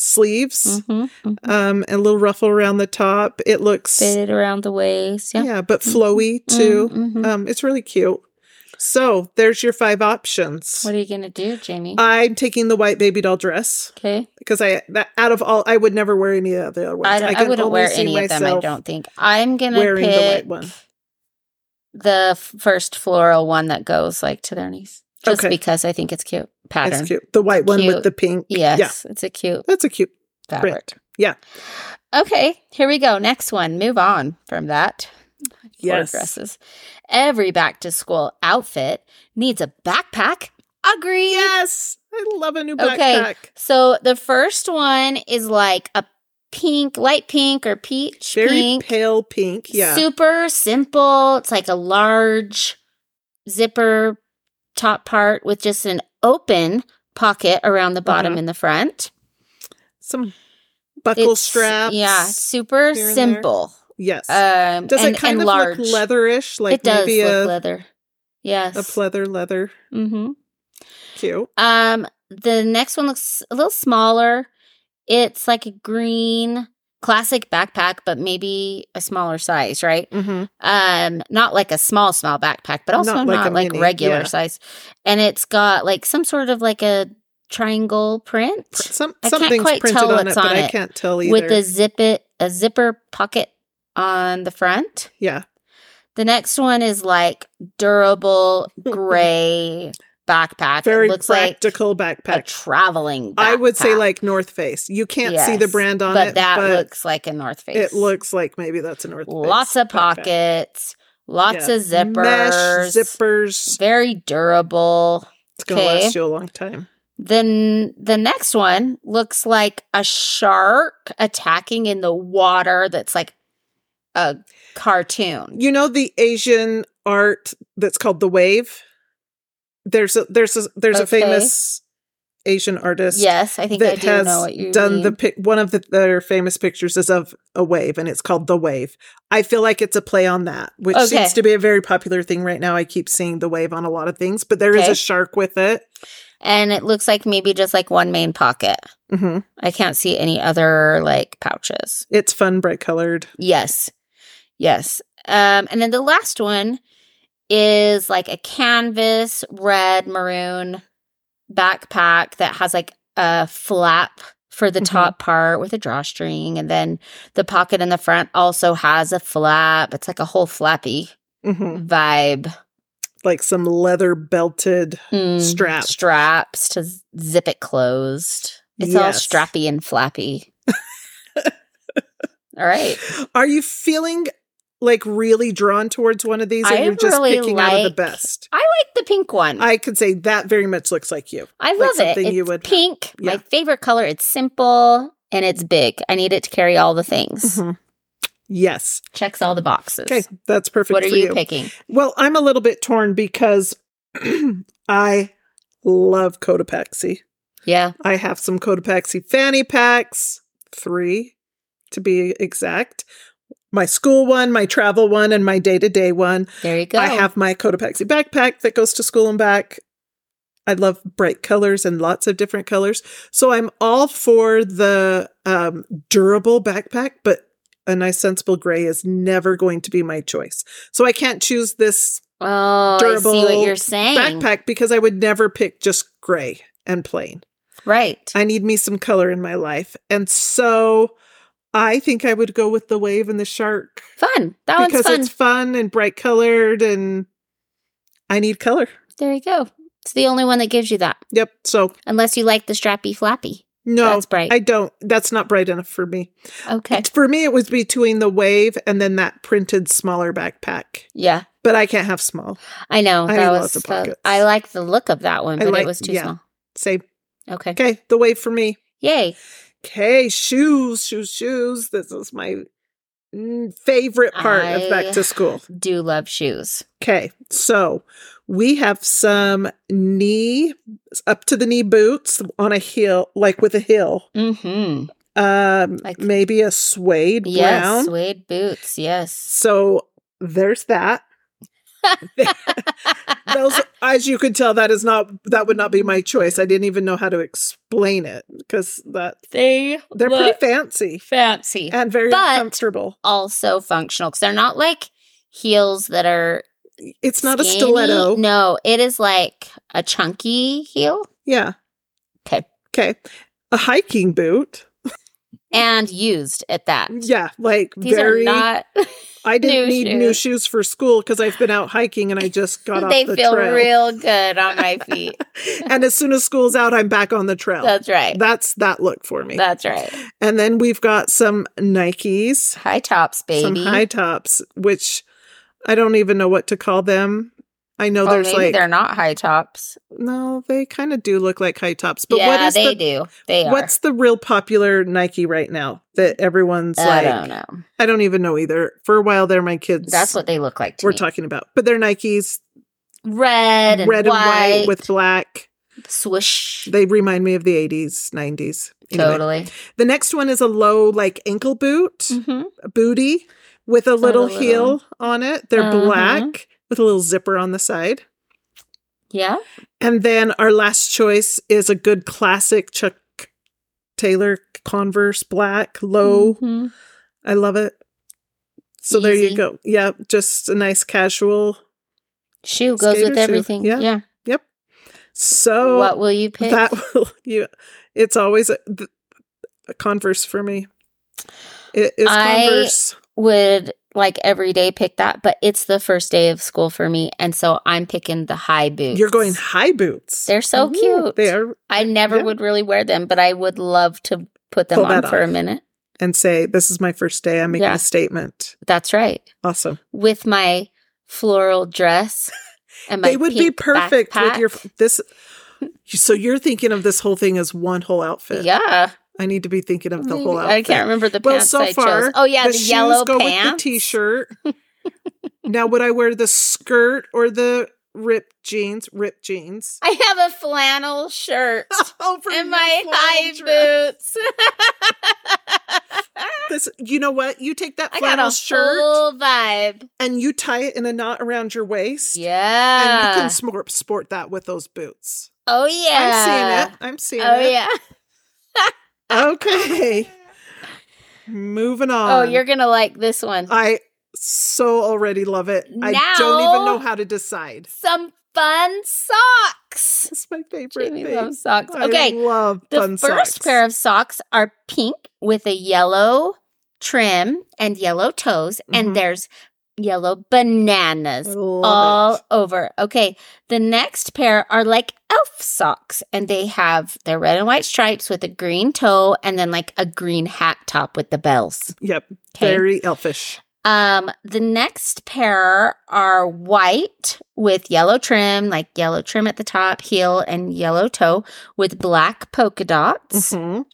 Speaker 2: sleeves.
Speaker 1: Mhm, mhm.
Speaker 2: Um, and a little ruffle around the top. It looks
Speaker 1: Fitted around the waist.
Speaker 2: Yeah,
Speaker 1: Yeah.
Speaker 2: but
Speaker 1: Mhm.
Speaker 2: flowy too.
Speaker 1: Mm, mhm.
Speaker 2: Um, it's really cute. So there's your five options.
Speaker 1: What are you gonna do, Jamie?
Speaker 2: I'm taking the white baby doll dress
Speaker 1: okay.
Speaker 2: because I that out of all I would never wear any of the other ones.
Speaker 1: I, don't, I,
Speaker 2: can
Speaker 1: wouldn't
Speaker 2: only
Speaker 1: wear
Speaker 2: see
Speaker 1: any of them. I
Speaker 2: myself
Speaker 1: don't think. I'm gonna
Speaker 2: wearing
Speaker 1: pick
Speaker 2: the white one.
Speaker 1: the f- first floral one that goes like to their knees, just
Speaker 2: Okay.
Speaker 1: because I think it's cute pattern.
Speaker 2: It's cute. The white one
Speaker 1: Cute.
Speaker 2: with the pink. Yeah,
Speaker 1: Yes, it's a cute
Speaker 2: that's a cute
Speaker 1: fabric.
Speaker 2: print. Yeah.
Speaker 1: Okay, here we go. Next one. Move on from that. Or
Speaker 2: Yes.
Speaker 1: dresses. Every back to school outfit needs a backpack. Agree.
Speaker 2: Yes, I love a new backpack.
Speaker 1: Okay. So the first one is like a pink, light pink or peach
Speaker 2: Very
Speaker 1: pink.
Speaker 2: pale pink. Yeah.
Speaker 1: Super simple. It's like a large zipper top part with just an open pocket around the bottom
Speaker 2: Mhm.
Speaker 1: in the front.
Speaker 2: Some buckle
Speaker 1: It's-
Speaker 2: straps.
Speaker 1: Yeah, super
Speaker 2: here and there.
Speaker 1: simple.
Speaker 2: Yes.
Speaker 1: Um
Speaker 2: does
Speaker 1: and,
Speaker 2: it kind
Speaker 1: and
Speaker 2: of
Speaker 1: large.
Speaker 2: look leatherish? Like
Speaker 1: it does
Speaker 2: maybe
Speaker 1: look
Speaker 2: a,
Speaker 1: leather. Yes.
Speaker 2: a pleather leather.
Speaker 1: hmm
Speaker 2: Cute.
Speaker 1: Um the next one looks a little smaller. It's like a green classic backpack, but maybe a smaller size, right?
Speaker 2: Mm-hmm.
Speaker 1: Um, not like a small, small backpack, but also
Speaker 2: Not
Speaker 1: not
Speaker 2: like
Speaker 1: like,
Speaker 2: a mini,
Speaker 1: regular
Speaker 2: yeah.
Speaker 1: size. And it's got like some sort of like a triangle print
Speaker 2: Some
Speaker 1: I can't
Speaker 2: something's
Speaker 1: quite
Speaker 2: printed
Speaker 1: tell
Speaker 2: on it,
Speaker 1: what's
Speaker 2: but
Speaker 1: on
Speaker 2: I
Speaker 1: it.
Speaker 2: can't tell either.
Speaker 1: with a zip it a zipper pocket on the front.
Speaker 2: yeah,
Speaker 1: The next one is like durable gray backpack. It
Speaker 2: very
Speaker 1: looks
Speaker 2: practical
Speaker 1: like a
Speaker 2: backpack.
Speaker 1: traveling.
Speaker 2: I would say
Speaker 1: backpack.
Speaker 2: like North Face. You can't see the
Speaker 1: Yes,
Speaker 2: brand on
Speaker 1: but
Speaker 2: it,
Speaker 1: that
Speaker 2: but
Speaker 1: looks like a North Face.
Speaker 2: it looks like maybe that's a North Face.
Speaker 1: lots of
Speaker 2: backpack.
Speaker 1: pockets, lots
Speaker 2: Yeah.
Speaker 1: of
Speaker 2: Mesh
Speaker 1: zippers,
Speaker 2: zippers.
Speaker 1: very durable.
Speaker 2: It's gonna
Speaker 1: okay.
Speaker 2: last you a long time.
Speaker 1: Then the next one looks like a shark attacking in the water. That's like a cartoon.
Speaker 2: You know the Asian art that's called the wave. There's a there's a there's a
Speaker 1: Okay.
Speaker 2: famous Asian artist.
Speaker 1: Yes, I think I
Speaker 2: that
Speaker 1: do
Speaker 2: has
Speaker 1: know what you
Speaker 2: done the
Speaker 1: mean.
Speaker 2: pic- one of the, their famous pictures is of a wave and it's called the wave i feel like it's a play on that which
Speaker 1: Okay.
Speaker 2: seems to be a very popular thing right now i keep seeing the wave on a lot of things but there is
Speaker 1: Okay.
Speaker 2: a shark with it
Speaker 1: and it looks like maybe just like one main pocket.
Speaker 2: hmm
Speaker 1: I can't see any other like pouches.
Speaker 2: it's fun bright colored
Speaker 1: Yes. Yes. Um, and then the last one is like a canvas red maroon backpack that has like a flap for the
Speaker 2: Mhm.
Speaker 1: top part with a drawstring. And then the pocket in the front also has a flap. It's like a whole flappy
Speaker 2: hmm
Speaker 1: vibe.
Speaker 2: like some leather belted
Speaker 1: Mm,
Speaker 2: Strap.
Speaker 1: Straps to z- zip it closed. It's
Speaker 2: Yes.
Speaker 1: all strappy and flappy. all right.
Speaker 2: are you feeling like really drawn towards one of these
Speaker 1: I
Speaker 2: and you're just
Speaker 1: really
Speaker 2: picking out of the
Speaker 1: like-
Speaker 2: best
Speaker 1: I like the pink one.
Speaker 2: i could say that very much looks like you
Speaker 1: I
Speaker 2: like
Speaker 1: love it.
Speaker 2: something
Speaker 1: It's
Speaker 2: you would-
Speaker 1: pink.
Speaker 2: Yeah.
Speaker 1: My favorite color. It's simple and it's big. I need it to carry all the things.
Speaker 2: Mhm. yes
Speaker 1: Checks all the boxes.
Speaker 2: okay that's perfect
Speaker 1: what are
Speaker 2: for
Speaker 1: you, picking?
Speaker 2: Well, I'm a little bit torn because I love Cotopaxi.
Speaker 1: Yeah.
Speaker 2: I have some Cotopaxi fanny packs, three to be exact. My school one, my travel one, and my day to day one.
Speaker 1: There you go.
Speaker 2: I have my Cotopaxi backpack that goes to school and back. I love bright colors and lots of different colors. So I'm all for the um, durable backpack, but a nice sensible gray is never going to be my choice. So I can't choose this
Speaker 1: oh, I see
Speaker 2: durable
Speaker 1: what you're saying.
Speaker 2: backpack because I would never pick just gray and plain.
Speaker 1: Right.
Speaker 2: I need me some color in my life. And so I think I would go with the wave and the shark
Speaker 1: Fun. That one's
Speaker 2: because
Speaker 1: fun.
Speaker 2: it's fun and bright colored and I need color.
Speaker 1: There you go. It's the only one that gives you that.
Speaker 2: Yep. So
Speaker 1: Unless you like the strappy flappy.
Speaker 2: no,
Speaker 1: That's bright.
Speaker 2: I don't. That's not bright enough for me.
Speaker 1: Okay.
Speaker 2: For me, it was between the wave and then that printed smaller backpack.
Speaker 1: Yeah.
Speaker 2: But I can't have small.
Speaker 1: I know.
Speaker 2: I
Speaker 1: that
Speaker 2: need
Speaker 1: was
Speaker 2: lots of
Speaker 1: that-
Speaker 2: pockets.
Speaker 1: I like the look of that one,
Speaker 2: I
Speaker 1: but
Speaker 2: like-
Speaker 1: it was too
Speaker 2: yeah.
Speaker 1: small.
Speaker 2: Same.
Speaker 1: Okay.
Speaker 2: Okay. The wave for me.
Speaker 1: Yay.
Speaker 2: Okay, shoes, shoes, shoes. This is my mm, favorite part of
Speaker 1: I-
Speaker 2: back to school.
Speaker 1: Do love shoes.
Speaker 2: Okay, so we have some knee up to the knee boots on a heel, like with a heel.
Speaker 1: Mm-hmm.
Speaker 2: Um,
Speaker 1: Like-
Speaker 2: maybe a suede
Speaker 1: Yes.
Speaker 2: brown.
Speaker 1: Suede boots. Yes.
Speaker 2: So there's that. Those, as you could tell, that is not that would not be my choice. I didn't even know how to explain it because that
Speaker 1: they
Speaker 2: they're
Speaker 1: look
Speaker 2: pretty Uh, fancy
Speaker 1: fancy.
Speaker 2: and very
Speaker 1: But-
Speaker 2: comfortable.
Speaker 1: Also functional because they're not like heels that are.
Speaker 2: It's not a
Speaker 1: skinny.
Speaker 2: stiletto.
Speaker 1: No, it is like a chunky heel.
Speaker 2: Yeah.
Speaker 1: 'Kay.
Speaker 2: Okay. A hiking boot.
Speaker 1: And used at that.
Speaker 2: Yeah, like
Speaker 1: These
Speaker 2: very.
Speaker 1: are not.
Speaker 2: I didn't
Speaker 1: new
Speaker 2: need new shoes for school because I've been out hiking and I just got off
Speaker 1: they
Speaker 2: the
Speaker 1: feel
Speaker 2: trail.
Speaker 1: real good on my feet.
Speaker 2: and as soon as school's out, I'm back on the trail. That's,
Speaker 1: That's right.
Speaker 2: that look for me.
Speaker 1: That's right.
Speaker 2: and then we've got some Nikes,
Speaker 1: High tops,
Speaker 2: some
Speaker 1: baby.
Speaker 2: high tops, which I don't even know what to call them. I know
Speaker 1: Oh,
Speaker 2: there's
Speaker 1: maybe
Speaker 2: like
Speaker 1: they're not high tops.
Speaker 2: no, they kind of do look like high tops, but
Speaker 1: yeah,
Speaker 2: what is
Speaker 1: they
Speaker 2: the
Speaker 1: do. They are.
Speaker 2: what's the real popular Nike right now that everyone's
Speaker 1: I
Speaker 2: like?
Speaker 1: don't know.
Speaker 2: I don't even know either. For a while there, my kids
Speaker 1: That's what they look like to
Speaker 2: we're
Speaker 1: me.
Speaker 2: talking about. But they're Nikes,
Speaker 1: red and
Speaker 2: red and
Speaker 1: white,
Speaker 2: white with black.
Speaker 1: swoosh.
Speaker 2: They remind me of the 80s, 90s. Anyway.
Speaker 1: Totally.
Speaker 2: The next one is a low, like ankle boot,
Speaker 1: Mm-hmm.
Speaker 2: a booty with a little
Speaker 1: little-
Speaker 2: heel on it. They're
Speaker 1: Uh-huh.
Speaker 2: black with a little zipper on the side.
Speaker 1: Yeah.
Speaker 2: And then our last choice is a good classic Chuck Taylor Converse black, low.
Speaker 1: Mhm.
Speaker 2: I love it. So there you
Speaker 1: Easy.
Speaker 2: go. Yeah, just a nice casual.
Speaker 1: Shoe goes
Speaker 2: Skater
Speaker 1: with
Speaker 2: shoe.
Speaker 1: everything.
Speaker 2: Yeah.
Speaker 1: Yeah.
Speaker 2: So
Speaker 1: what will you pick?
Speaker 2: that will you. It's always a, th- a Converse for me. It is
Speaker 1: I-
Speaker 2: Converse.
Speaker 1: Would like every day pick that, but it's the first day of school for me, and so I'm picking the high boots.
Speaker 2: You're going high boots.
Speaker 1: They're so
Speaker 2: Ooh,
Speaker 1: cute.
Speaker 2: They are,
Speaker 1: I never
Speaker 2: Yeah.
Speaker 1: would really wear them, but I would love to put them
Speaker 2: Pull
Speaker 1: on
Speaker 2: that
Speaker 1: for a
Speaker 2: off.
Speaker 1: minute.
Speaker 2: and say, "This is my first day. I'm making
Speaker 1: Yeah.
Speaker 2: a statement."
Speaker 1: That's right.
Speaker 2: Awesome.
Speaker 1: With my floral dress and my
Speaker 2: they would be
Speaker 1: pink
Speaker 2: perfect with your
Speaker 1: backpack.
Speaker 2: this so you're thinking of this whole thing as one whole outfit
Speaker 1: Yeah,
Speaker 2: i need to be thinking of the whole outfit
Speaker 1: I can't remember the
Speaker 2: Well,
Speaker 1: pants
Speaker 2: so
Speaker 1: I
Speaker 2: far,
Speaker 1: chose. Oh yeah, the,
Speaker 2: shoes
Speaker 1: yellow
Speaker 2: go
Speaker 1: pants.
Speaker 2: with the t-shirt now would i wear the skirt or the ripped jeans ripped jeans
Speaker 1: I have a flannel shirt
Speaker 2: oh for
Speaker 1: and
Speaker 2: your
Speaker 1: my
Speaker 2: floral
Speaker 1: high
Speaker 2: dress.
Speaker 1: boots.
Speaker 2: this you know what you take that
Speaker 1: I got
Speaker 2: flannel
Speaker 1: a
Speaker 2: shirt
Speaker 1: full vibe.
Speaker 2: and you tie it in a knot around your waist and you
Speaker 1: Yeah.
Speaker 2: can smor- sport that with those boots
Speaker 1: oh yeah.
Speaker 2: i'm seeing it i'm seeing
Speaker 1: Oh
Speaker 2: it
Speaker 1: yeah.
Speaker 2: Okay. Moving
Speaker 1: Oh,
Speaker 2: on.
Speaker 1: you're gonna like this one.
Speaker 2: I so already love it. I don't
Speaker 1: Now-
Speaker 2: even know how to decide.
Speaker 1: Some fun socks.
Speaker 2: It's my favorite
Speaker 1: Jamie
Speaker 2: thing.
Speaker 1: loves socks.
Speaker 2: I
Speaker 1: Okay.
Speaker 2: love
Speaker 1: The
Speaker 2: fun
Speaker 1: first
Speaker 2: socks.
Speaker 1: pair of socks are pink with a yellow trim and yellow toes,
Speaker 2: Mhm.
Speaker 1: and there's yellow bananas
Speaker 2: I love
Speaker 1: all
Speaker 2: it.
Speaker 1: over. Okay. The next pair are like elf socks, and they have their red and white stripes with a green toe and then like a green hat top with the bells.
Speaker 2: Yep,
Speaker 1: Okay.
Speaker 2: very elfish.
Speaker 1: Um, the next pair are white with yellow trim, like yellow trim at the top, heel, and yellow toe with black polka dots.
Speaker 2: Mhm.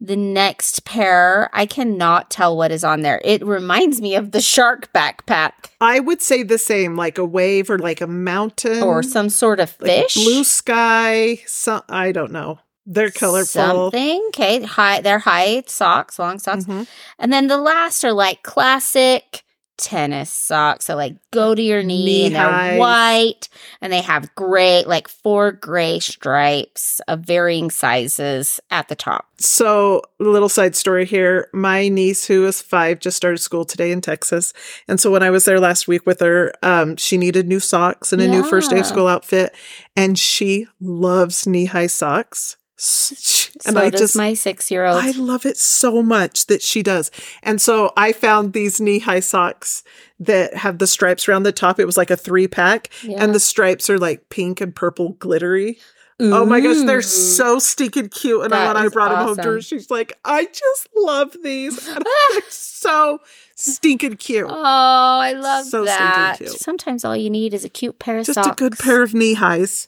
Speaker 1: The next pair, I cannot tell what is on there. It reminds me of the shark backpack
Speaker 2: I would say the same, like a wave or like a mountain
Speaker 1: or some sort of
Speaker 2: Mm-hmm. like
Speaker 1: fish.
Speaker 2: blue sky. Some I don't know. They're colorful.
Speaker 1: Something. Okay. High, they're high socks, long socks.
Speaker 2: Mhm.
Speaker 1: And then the last are like classic tennis socks. So like go to your knee and they're
Speaker 2: Knee-highs.
Speaker 1: white and they have gray, like four gray stripes of varying sizes at the top.
Speaker 2: So, little side story here. My niece, who is five, just started school today in Texas. And so, when I was there last week with her, um, she needed new socks and a new first day of
Speaker 1: Yeah.
Speaker 2: school outfit. And she loves knee high socks. S-
Speaker 1: So
Speaker 2: And I
Speaker 1: does
Speaker 2: just,
Speaker 1: my six year
Speaker 2: I
Speaker 1: old.
Speaker 2: love it so much that she does. And so, I found these knee high socks that have the stripes around the top. It was like a three pack, and the stripes are like pink and purple glittery. Oh my gosh, they're so stinking cute. And
Speaker 1: That
Speaker 2: when I
Speaker 1: is
Speaker 2: brought them home to her,
Speaker 1: awesome.
Speaker 2: she's like, I just love these. And I'm like, so stinking cute.
Speaker 1: Oh, I love
Speaker 2: So stinking
Speaker 1: that.
Speaker 2: cute.
Speaker 1: Sometimes all you need is a cute pair of
Speaker 2: just
Speaker 1: socks.
Speaker 2: a good pair of knee highs.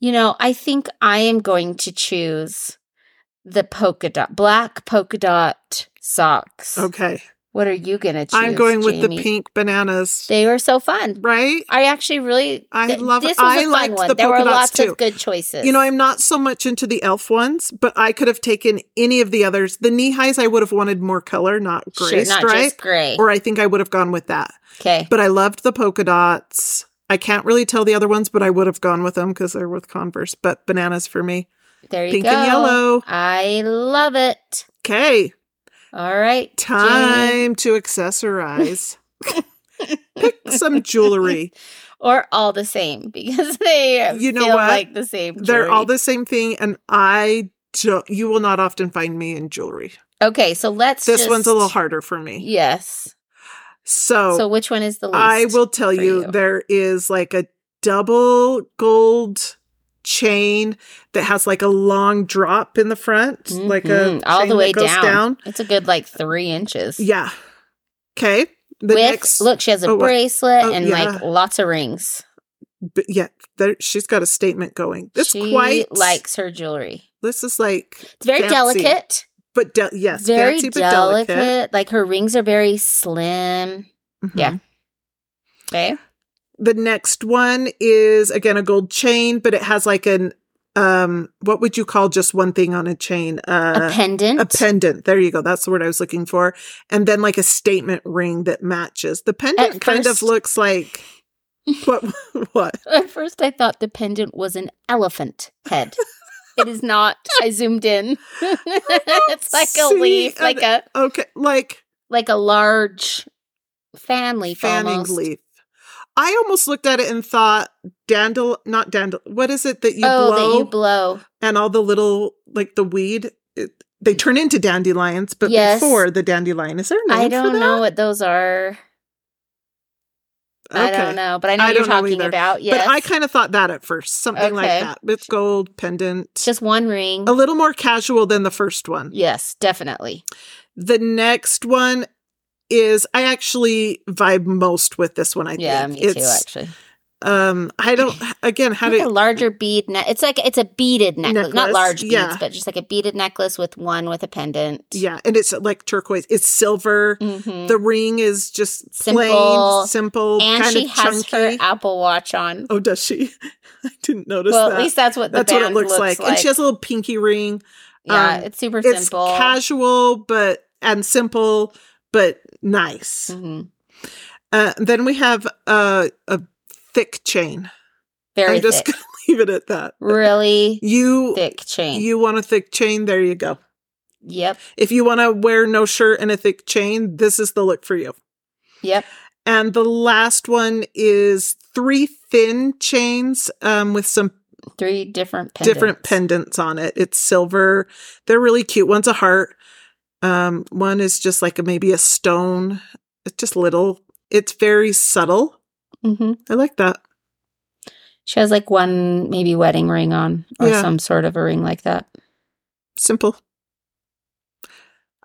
Speaker 1: You know, I think I am going to choose the polka dot, black polka dot socks.
Speaker 2: Okay.
Speaker 1: What are you going to choose?
Speaker 2: I'm going with the
Speaker 1: Jamie?
Speaker 2: pink bananas,
Speaker 1: They were so fun.
Speaker 2: right?
Speaker 1: I actually really.
Speaker 2: I
Speaker 1: th-
Speaker 2: love-
Speaker 1: This was
Speaker 2: I
Speaker 1: a fun
Speaker 2: liked
Speaker 1: one.
Speaker 2: the
Speaker 1: there were
Speaker 2: polka dots
Speaker 1: lots
Speaker 2: too.
Speaker 1: of good choices.
Speaker 2: You know, I'm not so much into the elf ones, but I could have taken any of the others. The knee highs, I would have wanted more color, not
Speaker 1: Sure,
Speaker 2: gray
Speaker 1: not
Speaker 2: stripe.
Speaker 1: just gray.
Speaker 2: Or I think I would have gone with that.
Speaker 1: okay.
Speaker 2: But I loved the polka dots. I can't really tell the other ones, but I would have gone with them because they're with Converse. But bananas for me.
Speaker 1: There you
Speaker 2: pink
Speaker 1: go.
Speaker 2: and yellow.
Speaker 1: I love it.
Speaker 2: Okay,
Speaker 1: All right. Jamie.
Speaker 2: time to accessorize. Pick some jewelry.
Speaker 1: Or all the same because they
Speaker 2: You know
Speaker 1: feel
Speaker 2: what?
Speaker 1: like the same.
Speaker 2: They're all
Speaker 1: jewelry.
Speaker 2: the same thing, and I don't. You will not often find me in jewelry.
Speaker 1: Okay, so let's.
Speaker 2: This
Speaker 1: just-
Speaker 2: one's a little harder for me.
Speaker 1: Yes.
Speaker 2: So,
Speaker 1: so which one is the least?
Speaker 2: I will tell
Speaker 1: for
Speaker 2: you,
Speaker 1: you.
Speaker 2: there is like a double gold chain that has like a long drop in the front, like a
Speaker 1: Mhm, all
Speaker 2: chain
Speaker 1: the way
Speaker 2: that goes
Speaker 1: down.
Speaker 2: down.
Speaker 1: It's a good like three inches.
Speaker 2: Yeah. Okay. The
Speaker 1: With
Speaker 2: next,
Speaker 1: look, she has a
Speaker 2: oh, what?
Speaker 1: bracelet
Speaker 2: Oh,
Speaker 1: and like
Speaker 2: yeah.
Speaker 1: lots of rings.
Speaker 2: but yeah, there, she's got a statement going. This
Speaker 1: she
Speaker 2: quite
Speaker 1: likes her jewelry.
Speaker 2: This is like
Speaker 1: It's very
Speaker 2: fancy,
Speaker 1: delicate.
Speaker 2: but de- yes,
Speaker 1: very
Speaker 2: fancy but
Speaker 1: delicate.
Speaker 2: delicate.
Speaker 1: Like her rings are very slim.
Speaker 2: Mhm.
Speaker 1: Yeah. Okay.
Speaker 2: Mm-hmm. The next one is again a gold chain, but it has like an um, what would you call just one thing on a chain? Uh,
Speaker 1: a pendant.
Speaker 2: a pendant. There you go. That's the word I was looking for. And then like a statement ring that matches. The pendant
Speaker 1: At
Speaker 2: kind
Speaker 1: first-
Speaker 2: of looks like what? What?
Speaker 1: At first, I thought the pendant was an elephant head. It is not. I zoomed in. it's like a
Speaker 2: see
Speaker 1: leaf, like a
Speaker 2: Okay, like
Speaker 1: like a large fan leaf
Speaker 2: fanning
Speaker 1: almost.
Speaker 2: leaf. I almost looked at it and thought dandel, not dandel. What is it that you
Speaker 1: oh,
Speaker 2: blow
Speaker 1: that you blow.
Speaker 2: and all the little like the weed? It, they turn into dandelions, but
Speaker 1: Yes.
Speaker 2: before the dandelion, is there a name
Speaker 1: I
Speaker 2: for
Speaker 1: don't
Speaker 2: that?
Speaker 1: know what those are. I
Speaker 2: Okay.
Speaker 1: don't know, but I know
Speaker 2: I
Speaker 1: what you're
Speaker 2: don't know
Speaker 1: talking
Speaker 2: either.
Speaker 1: about. Yes,
Speaker 2: But I kind of thought that at first, something like
Speaker 1: Okay.
Speaker 2: that with gold pendant.
Speaker 1: just one ring.
Speaker 2: a little more casual than the first one.
Speaker 1: Yes, definitely.
Speaker 2: The next one is I actually vibe most with this one. I
Speaker 1: yeah,
Speaker 2: think
Speaker 1: me too.
Speaker 2: it's
Speaker 1: Actually,
Speaker 2: um I don't again how
Speaker 1: like a
Speaker 2: do
Speaker 1: larger bead. Ne- it's like it's a beaded necklace, not
Speaker 2: Necklace,
Speaker 1: large beads,
Speaker 2: yeah.
Speaker 1: but just like a beaded necklace with one with a pendant.
Speaker 2: yeah and it's like turquoise. It's silver.
Speaker 1: Mhm.
Speaker 2: The ring is just
Speaker 1: Simple.
Speaker 2: plain, simple,
Speaker 1: and
Speaker 2: kind
Speaker 1: she
Speaker 2: of
Speaker 1: has her
Speaker 2: chunky.
Speaker 1: Apple Watch on.
Speaker 2: oh, does she? I didn't notice
Speaker 1: well,
Speaker 2: that.
Speaker 1: at least that's what the
Speaker 2: That's what
Speaker 1: band
Speaker 2: it looks, like. and she has a little pinky ring.
Speaker 1: yeah,
Speaker 2: um,
Speaker 1: it's super
Speaker 2: It's
Speaker 1: simple.
Speaker 2: casual, but and simple, but nice.
Speaker 1: Mhm.
Speaker 2: Uh, then we have a a thick chain.
Speaker 1: Very
Speaker 2: I'm just
Speaker 1: thick,
Speaker 2: gonna leave it at that.
Speaker 1: really
Speaker 2: You
Speaker 1: thick chain.
Speaker 2: you want a thick chain? There you go.
Speaker 1: yep,
Speaker 2: If you want to wear no shirt and a thick chain, this is the look for you.
Speaker 1: yep.
Speaker 2: And the last one is three thin chains um, with some
Speaker 1: Three different pendants.
Speaker 2: different pendants on it. It's silver. They're really cute. One's a heart. Um, one is just like a, maybe a stone. It's just little. It's very subtle.
Speaker 1: hmm
Speaker 2: I like that.
Speaker 1: She has like one maybe wedding ring on, or
Speaker 2: Yeah.
Speaker 1: some sort of a ring like that.
Speaker 2: Simple.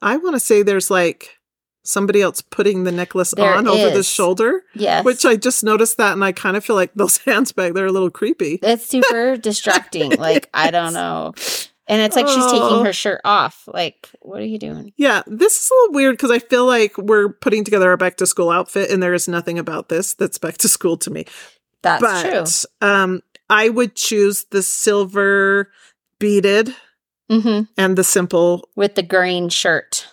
Speaker 2: I want to say there's like somebody else putting the necklace
Speaker 1: There
Speaker 2: on over the
Speaker 1: is.
Speaker 2: shoulder,
Speaker 1: Yes,
Speaker 2: which I just noticed that, and I kind of feel like those hands back there are a little creepy.
Speaker 1: it's super distracting. Like I don't
Speaker 2: Yes.
Speaker 1: know, and it's like she's
Speaker 2: Oh.
Speaker 1: taking her shirt off. Like what are you doing?
Speaker 2: Yeah, this is a little weird because I feel like we're putting together our back to school outfit, and there is nothing about this that's back to school to me.
Speaker 1: That's true.
Speaker 2: but um, I would choose the silver beaded
Speaker 1: hmm
Speaker 2: and the simple.
Speaker 1: With the green shirt,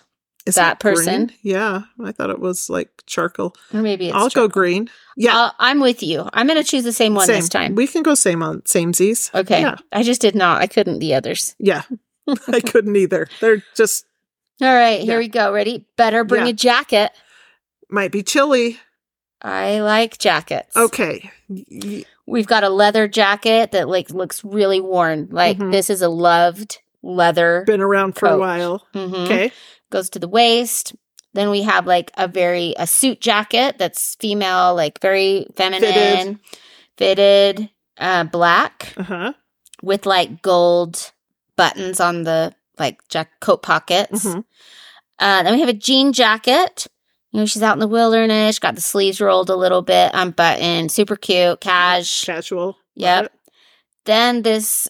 Speaker 2: Is
Speaker 1: That
Speaker 2: it green?
Speaker 1: person?
Speaker 2: Yeah, I thought it was like charcoal.
Speaker 1: or maybe it's
Speaker 2: I'll
Speaker 1: charcoal.
Speaker 2: go green. Yeah,
Speaker 1: I'll- I'm with you. I'm going to choose the same one
Speaker 2: same.
Speaker 1: this time.
Speaker 2: We can go same on same Z's.
Speaker 1: Okay.
Speaker 2: Yeah.
Speaker 1: I just did not. I couldn't the others.
Speaker 2: Yeah, I couldn't either. They're just
Speaker 1: All right, here
Speaker 2: Yeah.
Speaker 1: we go. Ready? Better bring
Speaker 2: Yeah.
Speaker 1: a jacket.
Speaker 2: might be chilly.
Speaker 1: I like jackets.
Speaker 2: Okay, Y-
Speaker 1: We've got a leather jacket that like looks really worn. Like
Speaker 2: Mhm.
Speaker 1: this is a loved leather.
Speaker 2: been around for a
Speaker 1: Coat.
Speaker 2: while.
Speaker 1: Mhm.
Speaker 2: Okay,
Speaker 1: Goes to the waist. Then we have like a very a suit jacket that's female, like very feminine, fitted, uh, black
Speaker 2: uh huh.
Speaker 1: with like gold buttons on the like jack- coat pockets.
Speaker 2: Mhm.
Speaker 1: Uh, then we have a jean jacket. You know, she's out in the wilderness, got the sleeves rolled a little bit, unbuttoned, super cute, cash.
Speaker 2: Casual. Love
Speaker 1: Yep.
Speaker 2: it.
Speaker 1: Then this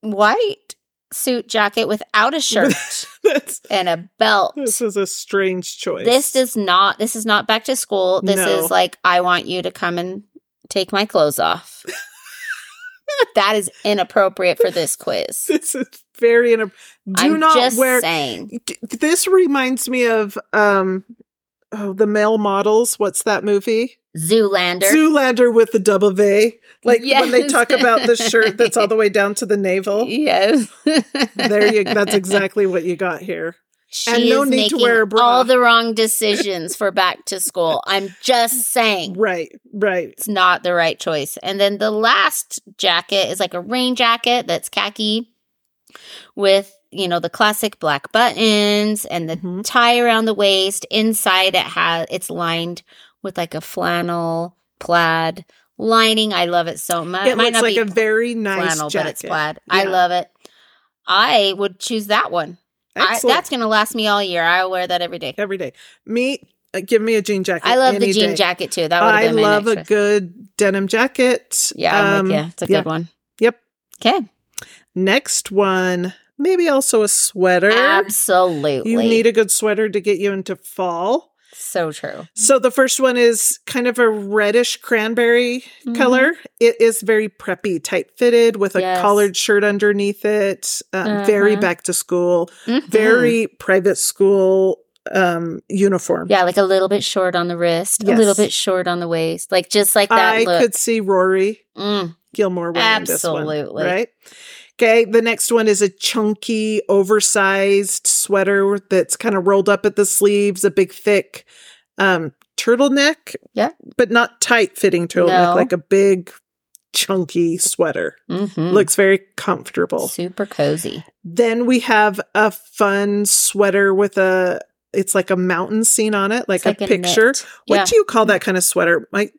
Speaker 1: white suit jacket without a shirt
Speaker 2: That's
Speaker 1: and a belt.
Speaker 2: this is a strange choice.
Speaker 1: This is not this is not back to school. This
Speaker 2: No.
Speaker 1: is like I want you to come and take my clothes off. that is inappropriate for this quiz.
Speaker 2: this is very inap- do
Speaker 1: I'm
Speaker 2: not
Speaker 1: just
Speaker 2: wear
Speaker 1: saying.
Speaker 2: D- this reminds me of um oh the male models what's that movie
Speaker 1: Zoolander.
Speaker 2: zoolander with the double v like when they
Speaker 1: Yes.
Speaker 2: talk about the shirt that's all the way down to the navel
Speaker 1: Yes.
Speaker 2: there you that's exactly what you got here
Speaker 1: She
Speaker 2: And no
Speaker 1: is
Speaker 2: need to
Speaker 1: making
Speaker 2: wear a bra.
Speaker 1: all the wrong decisions for back to school. I'm just saying
Speaker 2: right right
Speaker 1: it's not the right choice. And then the last jacket is like a rain jacket that's khaki with, you know, the classic black buttons and the
Speaker 2: Mhm.
Speaker 1: tie around the waist. Inside it has it's lined with like a flannel plaid lining. I love Uh, it so much.
Speaker 2: it looks like a very nice
Speaker 1: flannel,
Speaker 2: jacket
Speaker 1: but it's plaid. I
Speaker 2: Yeah.
Speaker 1: love it. I would choose that one. I,
Speaker 2: Excellent.
Speaker 1: that's going to last me all year. I wear that every day.
Speaker 2: every day me uh, give me a jean jacket
Speaker 1: I love the
Speaker 2: any
Speaker 1: jean
Speaker 2: day.
Speaker 1: jacket too. That would
Speaker 2: i
Speaker 1: have been my
Speaker 2: love a
Speaker 1: next choice.
Speaker 2: good denim jacket
Speaker 1: Yeah, I'm with
Speaker 2: Um,
Speaker 1: you. It's a
Speaker 2: yeah.
Speaker 1: good one.
Speaker 2: yep
Speaker 1: Okay,
Speaker 2: next one maybe also a sweater
Speaker 1: absolutely.
Speaker 2: You need a good sweater to get you into fall.
Speaker 1: so true.
Speaker 2: So the first one is kind of a reddish cranberry Mm-hmm.
Speaker 1: Mm-hmm.
Speaker 2: color. It is very preppy, tight fitted with a
Speaker 1: Yes.
Speaker 2: collared shirt underneath it. Um, Very
Speaker 1: Uh-huh.
Speaker 2: back to school,
Speaker 1: Mhm.
Speaker 2: very private school um, uniform.
Speaker 1: Yeah, like a little bit short on the wrist, a little
Speaker 2: Yes.
Speaker 1: bit short on the waist, like just like that
Speaker 2: I
Speaker 1: look.
Speaker 2: could see Rory
Speaker 1: Mm,
Speaker 2: Gilmore wearing this one.
Speaker 1: Absolutely.
Speaker 2: Right? Okay. The next one is a chunky, oversized sweater that's kind of rolled up at the sleeves, a big, thick um, turtleneck.
Speaker 1: Yeah.
Speaker 2: But not tight fitting turtleneck,
Speaker 1: No.
Speaker 2: like a big, chunky sweater.
Speaker 1: Mhm.
Speaker 2: Looks very comfortable.
Speaker 1: super cozy.
Speaker 2: Then we have a fun sweater with a, it's like a mountain scene on it, like
Speaker 1: It's like
Speaker 2: a
Speaker 1: a
Speaker 2: picture.
Speaker 1: knit.
Speaker 2: What
Speaker 1: Yeah. Mm.
Speaker 2: do you call that kind of sweater? My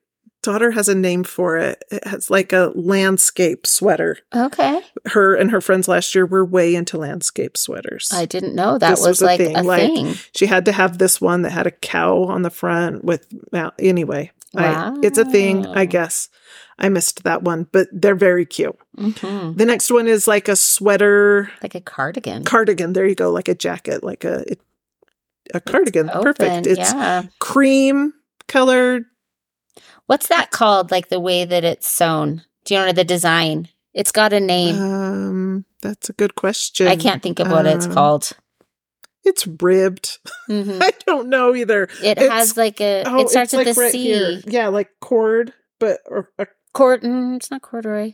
Speaker 2: daughter has a name for it. It has like a landscape sweater.
Speaker 1: Okay.
Speaker 2: Her and her friends last year were way into landscape sweaters.
Speaker 1: I didn't know that
Speaker 2: This
Speaker 1: was,
Speaker 2: was a
Speaker 1: like
Speaker 2: thing,
Speaker 1: a
Speaker 2: like-
Speaker 1: thing.
Speaker 2: she had to have this one that had a cow on the front with mount. Anyway, I, it's a thing, I
Speaker 1: Wow.
Speaker 2: guess. I missed that one, but they're very cute.
Speaker 1: Mhm.
Speaker 2: The next one is like a sweater
Speaker 1: Like a cardigan.
Speaker 2: cardigan. There you go, like a jacket, like a a cardigan. Perfect.
Speaker 1: Open,
Speaker 2: It's
Speaker 1: yeah.
Speaker 2: cream colored.
Speaker 1: What's that called? Like the way that it's sewn. Do you know the design? It's got a name.
Speaker 2: Um, that's a good question.
Speaker 1: I can't think of what it's
Speaker 2: um,
Speaker 1: called.
Speaker 2: It's ribbed.
Speaker 1: Mhm.
Speaker 2: I don't know either.
Speaker 1: It
Speaker 2: it's-
Speaker 1: has like a.
Speaker 2: Oh,
Speaker 1: it starts
Speaker 2: it's
Speaker 1: with
Speaker 2: like
Speaker 1: the
Speaker 2: right
Speaker 1: C.
Speaker 2: here. Yeah, like cord, but or a
Speaker 1: Cord. mm, it's not corduroy.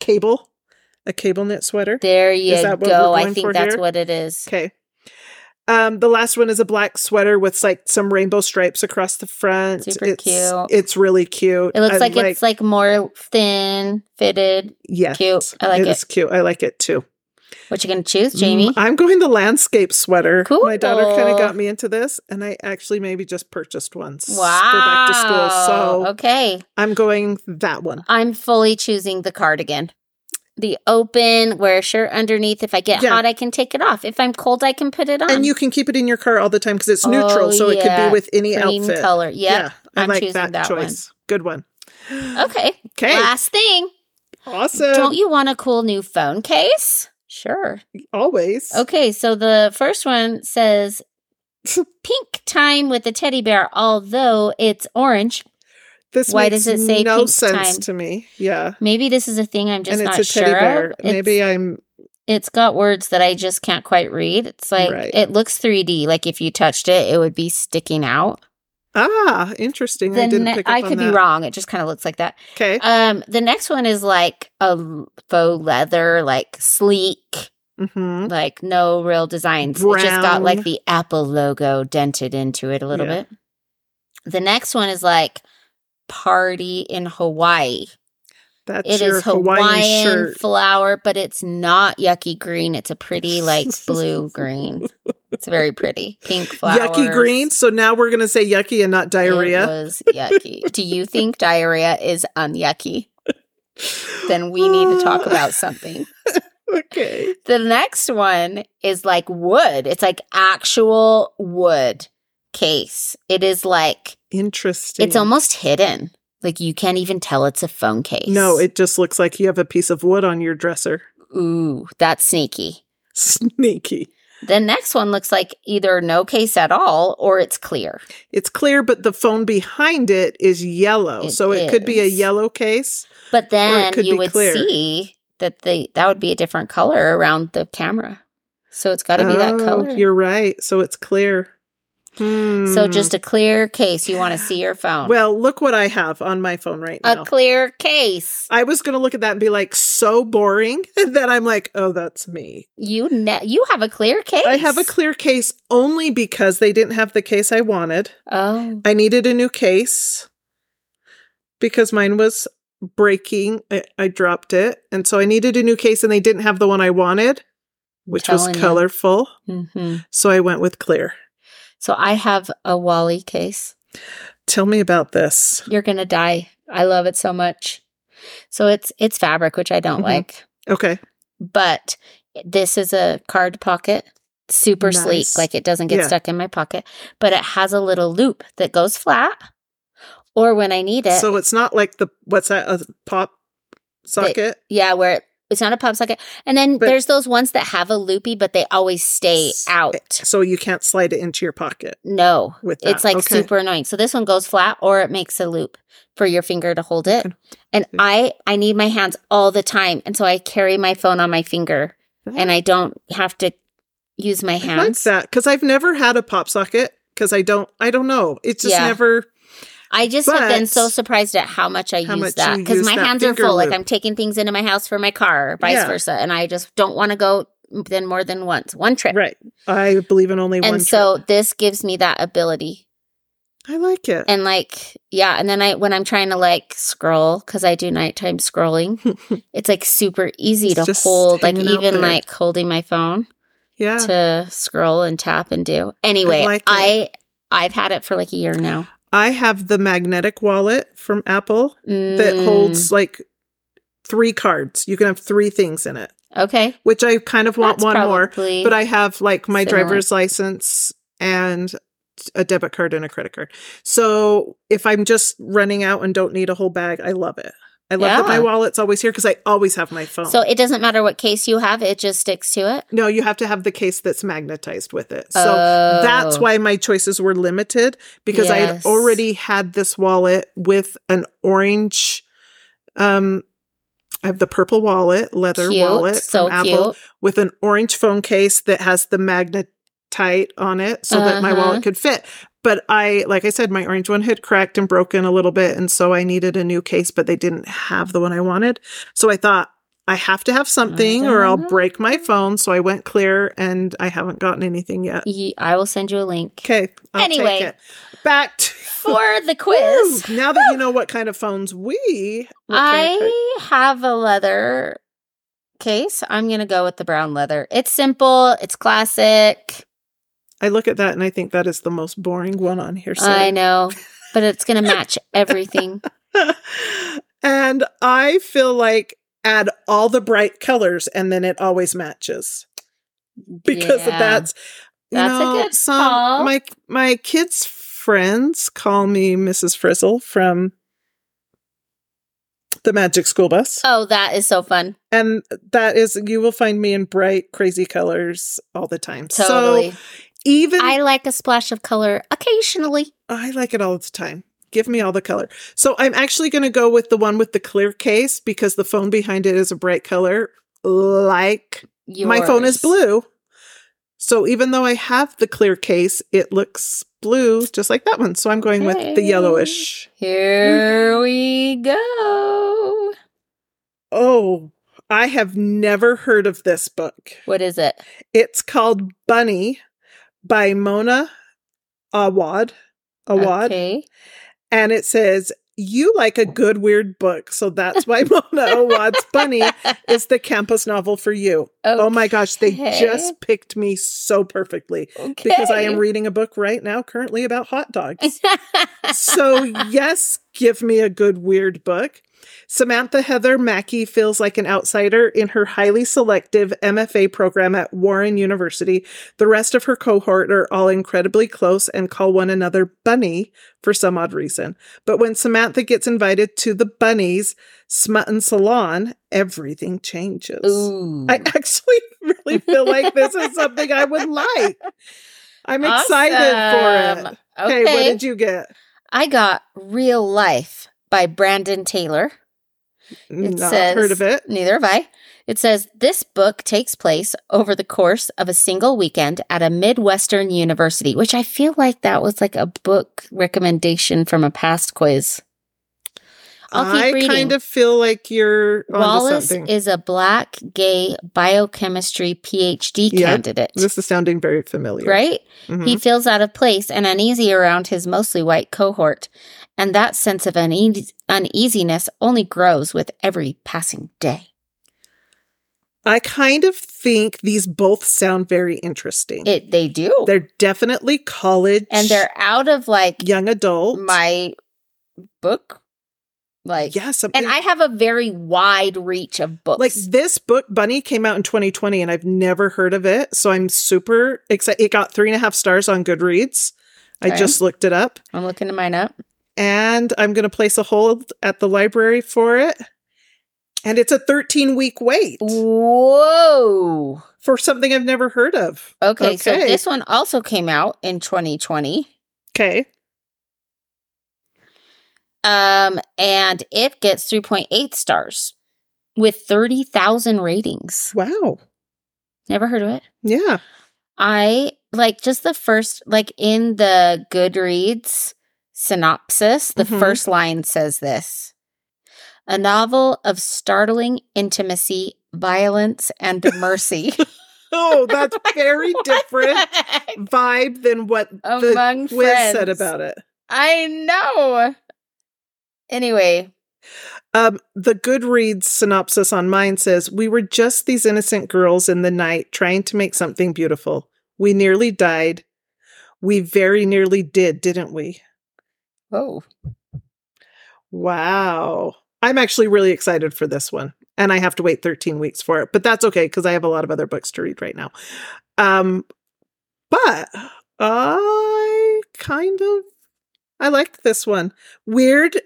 Speaker 2: cable, a cable knit sweater.
Speaker 1: There you
Speaker 2: that what
Speaker 1: go.
Speaker 2: we're
Speaker 1: I
Speaker 2: going for
Speaker 1: think that's
Speaker 2: here?
Speaker 1: what it is.
Speaker 2: Okay. Um, the last one is a black sweater with like some rainbow stripes across the front.
Speaker 1: Super
Speaker 2: it's,
Speaker 1: cute.
Speaker 2: It's really cute.
Speaker 1: It looks
Speaker 2: I
Speaker 1: like, it's like more thin fitted.
Speaker 2: yes,
Speaker 1: cute. I like it.
Speaker 2: It's cute. I like it too.
Speaker 1: What you gonna choose, Jamie?
Speaker 2: Mm, I'm going the landscape sweater. My daughter kind
Speaker 1: Cool.
Speaker 2: of got me into this, and I actually maybe just purchased one s-
Speaker 1: wow.
Speaker 2: for back to school. So
Speaker 1: okay,
Speaker 2: I'm going that one.
Speaker 1: I'm fully choosing the cardigan. The open, wear a shirt underneath. If I get
Speaker 2: Yeah.
Speaker 1: hot, I can take it off. If I'm cold, I can put it on.
Speaker 2: And you can keep it in your car all the time because it's
Speaker 1: Oh,
Speaker 2: neutral, so it could
Speaker 1: yeah.
Speaker 2: be with any
Speaker 1: cream
Speaker 2: outfit.
Speaker 1: color. Yep.
Speaker 2: Yeah, I
Speaker 1: I'm
Speaker 2: like
Speaker 1: choosing
Speaker 2: that,
Speaker 1: that one.
Speaker 2: choice. Good one.
Speaker 1: Okay.
Speaker 2: Okay,
Speaker 1: Last thing.
Speaker 2: awesome.
Speaker 1: Don't you want a cool new phone case? Sure.
Speaker 2: Always.
Speaker 1: Okay, so the first one says pink time with the teddy bear, although it's orange.
Speaker 2: This
Speaker 1: Why
Speaker 2: makes
Speaker 1: does it say
Speaker 2: no
Speaker 1: pink
Speaker 2: sense
Speaker 1: time?
Speaker 2: to me? Yeah,
Speaker 1: Maybe this is a thing I'm just
Speaker 2: and
Speaker 1: not
Speaker 2: it's a
Speaker 1: sure
Speaker 2: teddy bear.
Speaker 1: of. It's-
Speaker 2: Maybe I'm
Speaker 1: it's got words that I just can't quite read. It's like
Speaker 2: Right.
Speaker 1: it looks 3D. Like if you touched it, it would be sticking out.
Speaker 2: ah interesting. I
Speaker 1: Then
Speaker 2: didn't pick up
Speaker 1: I
Speaker 2: on
Speaker 1: could
Speaker 2: that.
Speaker 1: be wrong. It just kind of looks like that.
Speaker 2: Okay.
Speaker 1: Um, the next one is like a faux leather, like sleek,
Speaker 2: hmm
Speaker 1: like no real designs. It just got
Speaker 2: Brown.
Speaker 1: like the Apple logo dented into it a little
Speaker 2: Yeah.
Speaker 1: bit. The next one is like party in Hawaii.
Speaker 2: That's
Speaker 1: It
Speaker 2: your
Speaker 1: is Hawaiian,
Speaker 2: Hawaiian shirt.
Speaker 1: flower, but it's not yucky green. It's a pretty like blue green. It's very pretty. Pink flowers.
Speaker 2: Yucky green. So now we're gonna say yucky and not
Speaker 1: It
Speaker 2: diarrhea.
Speaker 1: was yucky. Do you think diarrhea is unyucky? Then we need to talk about something.
Speaker 2: okay.
Speaker 1: The next one is like wood. It's like actual wood case. It is like
Speaker 2: Interesting.
Speaker 1: it's almost hidden. Like you can't even tell it's a phone case.
Speaker 2: No, it just looks like you have a piece of wood on your dresser.
Speaker 1: Ooh, that's sneaky.
Speaker 2: Sneaky.
Speaker 1: The next one looks like either no case at all or it's clear.
Speaker 2: It's clear, but the phone behind it is yellow.
Speaker 1: It
Speaker 2: so it could be a
Speaker 1: is.
Speaker 2: yellow case.
Speaker 1: But then
Speaker 2: could
Speaker 1: you
Speaker 2: be
Speaker 1: would
Speaker 2: clear.
Speaker 1: see that the that would be a different color around the camera. So it's got to be that
Speaker 2: Oh,
Speaker 1: color.
Speaker 2: You're right. So it's clear.
Speaker 1: So
Speaker 2: Hmm.
Speaker 1: just a clear case. You want to see your phone.
Speaker 2: Well, look what I have on my phone right
Speaker 1: a
Speaker 2: now.
Speaker 1: clear case.
Speaker 2: I was going to look at that and be like, so boring that I'm like, oh, that's me.
Speaker 1: You ne- you have a clear case.
Speaker 2: I have a clear case only because they didn't have the case I wanted.
Speaker 1: Oh.
Speaker 2: I needed a new case because mine was breaking. I, I dropped it. And so I needed a new case and they didn't have the one I wanted, which was
Speaker 1: telling you.
Speaker 2: colorful.
Speaker 1: hmm
Speaker 2: So I went with clear.
Speaker 1: So I have a Wally case.
Speaker 2: Tell me about this.
Speaker 1: You're gonna die. I love it so much. So it's it's fabric, which I don't
Speaker 2: Mhm.
Speaker 1: like,
Speaker 2: Okay.
Speaker 1: but this is a card pocket. Super sleek,
Speaker 2: Nice.
Speaker 1: like it doesn't get
Speaker 2: Yeah.
Speaker 1: stuck in my pocket, but it has a little loop that goes flat. Or when I need it,
Speaker 2: So it's not like the, what's that, a pop socket?
Speaker 1: yeah, where it, it's not a pop socket. And then
Speaker 2: But-
Speaker 1: there's those ones that have a loopy, but they always stay
Speaker 2: S-
Speaker 1: out.
Speaker 2: so you can't slide it into your pocket
Speaker 1: No,
Speaker 2: with that.
Speaker 1: It's like
Speaker 2: Okay.
Speaker 1: super annoying. So this one goes flat or it makes a loop for your finger to hold it.
Speaker 2: Okay.
Speaker 1: And I I need my hands all the time and so I carry my phone on my finger and I don't have to use my
Speaker 2: I like
Speaker 1: hands.
Speaker 2: that because I've never had a pop socket because I don't I don't know. It's just
Speaker 1: Yeah.
Speaker 2: never
Speaker 1: I just
Speaker 2: But-
Speaker 1: have been so surprised at how much I
Speaker 2: How
Speaker 1: use
Speaker 2: much
Speaker 1: that
Speaker 2: you
Speaker 1: because
Speaker 2: use
Speaker 1: my
Speaker 2: that
Speaker 1: hands are
Speaker 2: finger
Speaker 1: full. Like
Speaker 2: loop.
Speaker 1: I'm taking things into my house for my car, or vice
Speaker 2: Yeah.
Speaker 1: versa, and I just don't want to go then more than once, one trip.
Speaker 2: Right. I believe in only one.
Speaker 1: And so this gives me that ability.
Speaker 2: trip. I like it.
Speaker 1: And like, yeah. And then I, when I'm trying to like scroll, because I do nighttime scrolling, it's like super easy
Speaker 2: It's
Speaker 1: to
Speaker 2: just
Speaker 1: hold, like
Speaker 2: hanging out
Speaker 1: even
Speaker 2: there.
Speaker 1: like holding my phone
Speaker 2: yeah.
Speaker 1: to scroll and tap and do. Anyway,
Speaker 2: like it.
Speaker 1: I, I've had it for like a year now.
Speaker 2: I have the magnetic wallet from Apple that
Speaker 1: Mm,
Speaker 2: holds like three cards. You can have three things in it,
Speaker 1: Mm, Okay.
Speaker 2: which I kind of want
Speaker 1: That's
Speaker 2: one more.
Speaker 1: probably-
Speaker 2: But I have like my
Speaker 1: similar.
Speaker 2: driver's license and a debit card and a credit card. So if I'm just running out and don't need a whole bag, I love it. I love that
Speaker 1: Yeah.
Speaker 2: my wallet's always here because I always have my phone.
Speaker 1: So it doesn't matter what case you have, it just sticks to it.
Speaker 2: No, you have to have the case that's magnetized with it. So that's
Speaker 1: Oh.
Speaker 2: why my choices were limited because I had
Speaker 1: Yes.
Speaker 2: already had this wallet with an orange. Um, I have the purple wallet, leather
Speaker 1: cute.
Speaker 2: wallet
Speaker 1: so
Speaker 2: from Apple
Speaker 1: cute.
Speaker 2: with an orange phone case that has the magnetite on it so that my
Speaker 1: Uh-huh.
Speaker 2: wallet could fit. But I, like I said, my orange one had cracked and broken a little bit. And so I needed a new case, but they didn't have the one I wanted. So I thought, I have to have something or I'll
Speaker 1: don't know.
Speaker 2: break my phone. So I went clear and I haven't gotten anything yet.
Speaker 1: Ye- I will send you a link
Speaker 2: Okay. I'll
Speaker 1: Anyway.
Speaker 2: take it. back to
Speaker 1: for the quiz.
Speaker 2: Ooh, now that you know what kind of phones we. what kind of card-
Speaker 1: I have a leather case. I'm going to go with the brown leather. It's simple, it's classic.
Speaker 2: I look at that and I think that is the most boring one on here. so-
Speaker 1: I know, but it's going to match everything.
Speaker 2: and I feel like add all the bright colors and then it always matches because
Speaker 1: Yeah.
Speaker 2: that's you
Speaker 1: That's a
Speaker 2: know
Speaker 1: good
Speaker 2: some
Speaker 1: call.
Speaker 2: my my kids friends call me Mrs. Frizzle from the Magic School Bus
Speaker 1: Oh, that is so fun.
Speaker 2: and that is you will find me in bright crazy colors all the time.
Speaker 1: Totally.
Speaker 2: So even
Speaker 1: I like a splash of color occasionally.
Speaker 2: I like it all the time. Give me all the color. So I'm actually going to go with the one with the clear case because the phone behind it is a bright color. Like my phone is
Speaker 1: Yours.
Speaker 2: blue. So even though I have the clear case, it looks blue just like that one. So I'm going with the
Speaker 1: Okay.
Speaker 2: yellowish.
Speaker 1: Here we go.
Speaker 2: Oh, I have never heard of this book.
Speaker 1: What is it?
Speaker 2: It's called Bunny by Mona Awad. Awad.
Speaker 1: Okay.
Speaker 2: and it says you like a good weird book so that's why mona awad's bunny is the campus novel for you oh my gosh they
Speaker 1: Okay.
Speaker 2: just picked me so perfectly
Speaker 1: Okay.
Speaker 2: because i am reading a book right now currently about hot dogs so yes give me a good weird book samantha heather mackey feels like an outsider in her highly selective mfa program at warren university the rest of her cohort are all incredibly close and call one another bunny for some odd reason. But when Samantha gets invited to the bunnies' smut and salon, everything changes.
Speaker 1: Ooh.
Speaker 2: I actually really feel like this is something I would like. I'm excited for it.
Speaker 1: Awesome.
Speaker 2: Okay.
Speaker 1: Okay.
Speaker 2: what did you get?
Speaker 1: I got Real Life by Brandon Taylor.
Speaker 2: Not
Speaker 1: says-
Speaker 2: heard of it.
Speaker 1: Neither have I. It says this book takes place over the course of a single weekend at a Midwestern university, which I feel like that was like a book recommendation from a past quiz. I'll keep
Speaker 2: I
Speaker 1: reading.
Speaker 2: kind of feel like you're onto
Speaker 1: Wallace
Speaker 2: something.
Speaker 1: is a black gay biochemistry PhD
Speaker 2: Yeah.
Speaker 1: candidate.
Speaker 2: this is sounding very familiar.
Speaker 1: Right?
Speaker 2: Mhm.
Speaker 1: He feels out of place and uneasy around his mostly white cohort, and that sense of uneas- uneasiness only grows with every passing day.
Speaker 2: I kind of think these both sound very interesting.
Speaker 1: It they do.
Speaker 2: they're definitely college
Speaker 1: and they're out of like
Speaker 2: young adult.
Speaker 1: my book like
Speaker 2: yeah, something.
Speaker 1: and I have a very wide reach of books.
Speaker 2: Like this book, Bunny, came out in 2020, and I've never heard of it. So I'm super excited. It got three and a half stars on Goodreads. I
Speaker 1: Okay.
Speaker 2: just looked it up,
Speaker 1: I'm looking mine up.
Speaker 2: and I'm going to place a hold at the library for it. And it's a 13 week wait
Speaker 1: Whoa.
Speaker 2: for something I've never heard of.
Speaker 1: Okay, so
Speaker 2: Okay.
Speaker 1: this one also came out in 2020.
Speaker 2: Okay.
Speaker 1: Um, and it gets 3.8 stars with 30,000 ratings.
Speaker 2: Wow.
Speaker 1: Never heard of it.
Speaker 2: Yeah.
Speaker 1: I like just the first, like in the Goodreads synopsis, the
Speaker 2: Mhm.
Speaker 1: first line says this a novel of startling intimacy, violence, and mercy.
Speaker 2: Oh, that's very
Speaker 1: What the
Speaker 2: different
Speaker 1: heck?
Speaker 2: vibe than what the
Speaker 1: Among
Speaker 2: quiz
Speaker 1: friends.
Speaker 2: said about it.
Speaker 1: I know. Anyway,
Speaker 2: Um, the Goodreads synopsis on mine says, We were just these innocent girls in the night trying to make something beautiful. We nearly died. We very nearly did, didn't we?
Speaker 1: oh,
Speaker 2: Wow. I'm actually really excited for this one. And I have to wait 13 weeks for it, but that's okay because I have a lot of other books to read right now. Um, but I kind of I liked this one. Weird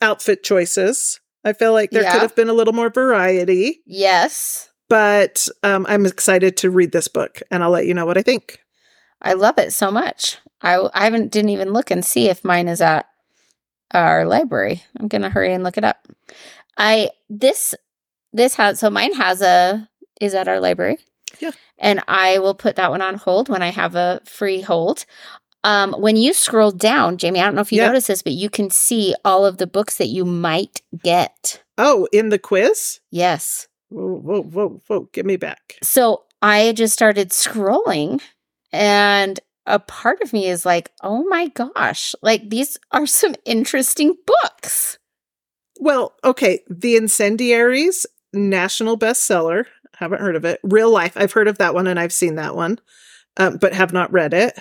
Speaker 2: outfit choices. I feel like there
Speaker 1: Yeah.
Speaker 2: could have been a little more variety,
Speaker 1: yes.
Speaker 2: but um, I'm excited to read this book, and I'll let you know what I think.
Speaker 1: I love it so much. I, I haven't didn't even look and see if mine is at our library. I'm gonna hurry and look it up. I this this has so mine has a is at our library.
Speaker 2: Yeah.
Speaker 1: And I will put that one on hold when I have a free hold. Um, when you scroll down, Jamie, I don't know if you
Speaker 2: Yeah.
Speaker 1: notice this, but you can see all of the books that you might get.
Speaker 2: Oh, in the quiz?
Speaker 1: Yes.
Speaker 2: Whoa, whoa, whoa, whoa! Get me back.
Speaker 1: So I just started scrolling, and a part of me is like, oh my gosh, like these are some interesting books.
Speaker 2: Well, okay. The Incendiaries, national bestseller. Haven't heard of it. Real Life. I've heard of that one and I've seen that one, um, but have not read it.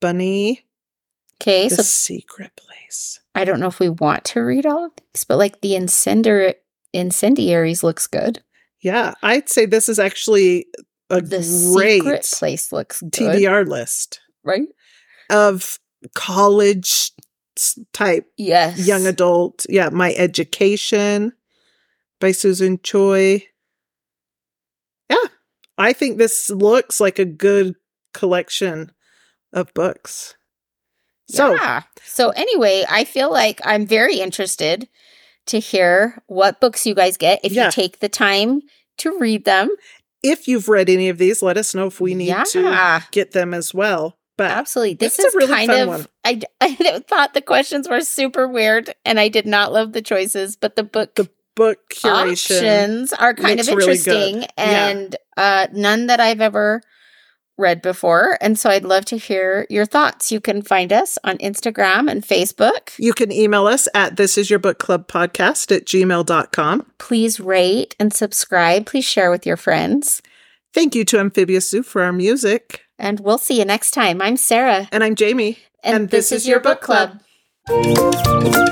Speaker 2: Bunny,
Speaker 1: Okay.
Speaker 2: The
Speaker 1: So
Speaker 2: Secret Place.
Speaker 1: I don't know if we want to read all of these, but like the incendiar- incendiaries looks good.
Speaker 2: Yeah, I'd say this is actually a
Speaker 1: The
Speaker 2: great
Speaker 1: secret place looks good.
Speaker 2: TBR list
Speaker 1: Right?
Speaker 2: of college s- type
Speaker 1: Yes.
Speaker 2: young adult. Yeah, My Education by Susan Choi. Yeah, I think this looks like a good collection of books. So,
Speaker 1: yeah. So anyway, I feel like I'm very interested to hear what books you guys get if
Speaker 2: Yeah.
Speaker 1: you take the time to read them.
Speaker 2: if you've read any of these, let us know if we need to
Speaker 1: Yeah.
Speaker 2: get them as well. But
Speaker 1: Absolutely. This
Speaker 2: That's a
Speaker 1: is
Speaker 2: really
Speaker 1: kind
Speaker 2: fun
Speaker 1: of
Speaker 2: one.
Speaker 1: I I thought the questions were super weird and I did not love the choices, but the book
Speaker 2: The book curation,
Speaker 1: options are kind of
Speaker 2: looks really good.
Speaker 1: interesting
Speaker 2: Yeah.
Speaker 1: and uh none that I've ever read before. And so I'd love to hear your thoughts. You can find us on Instagram and Facebook.
Speaker 2: you can email us at this is your book club podcast at gmail.com.
Speaker 1: Please rate and subscribe. Please share with your friends.
Speaker 2: Thank you to Amphibious Zoo for our music.
Speaker 1: And we'll see you next time. I'm Sarah.
Speaker 2: And I'm Jamie. And this is your book club.
Speaker 1: club.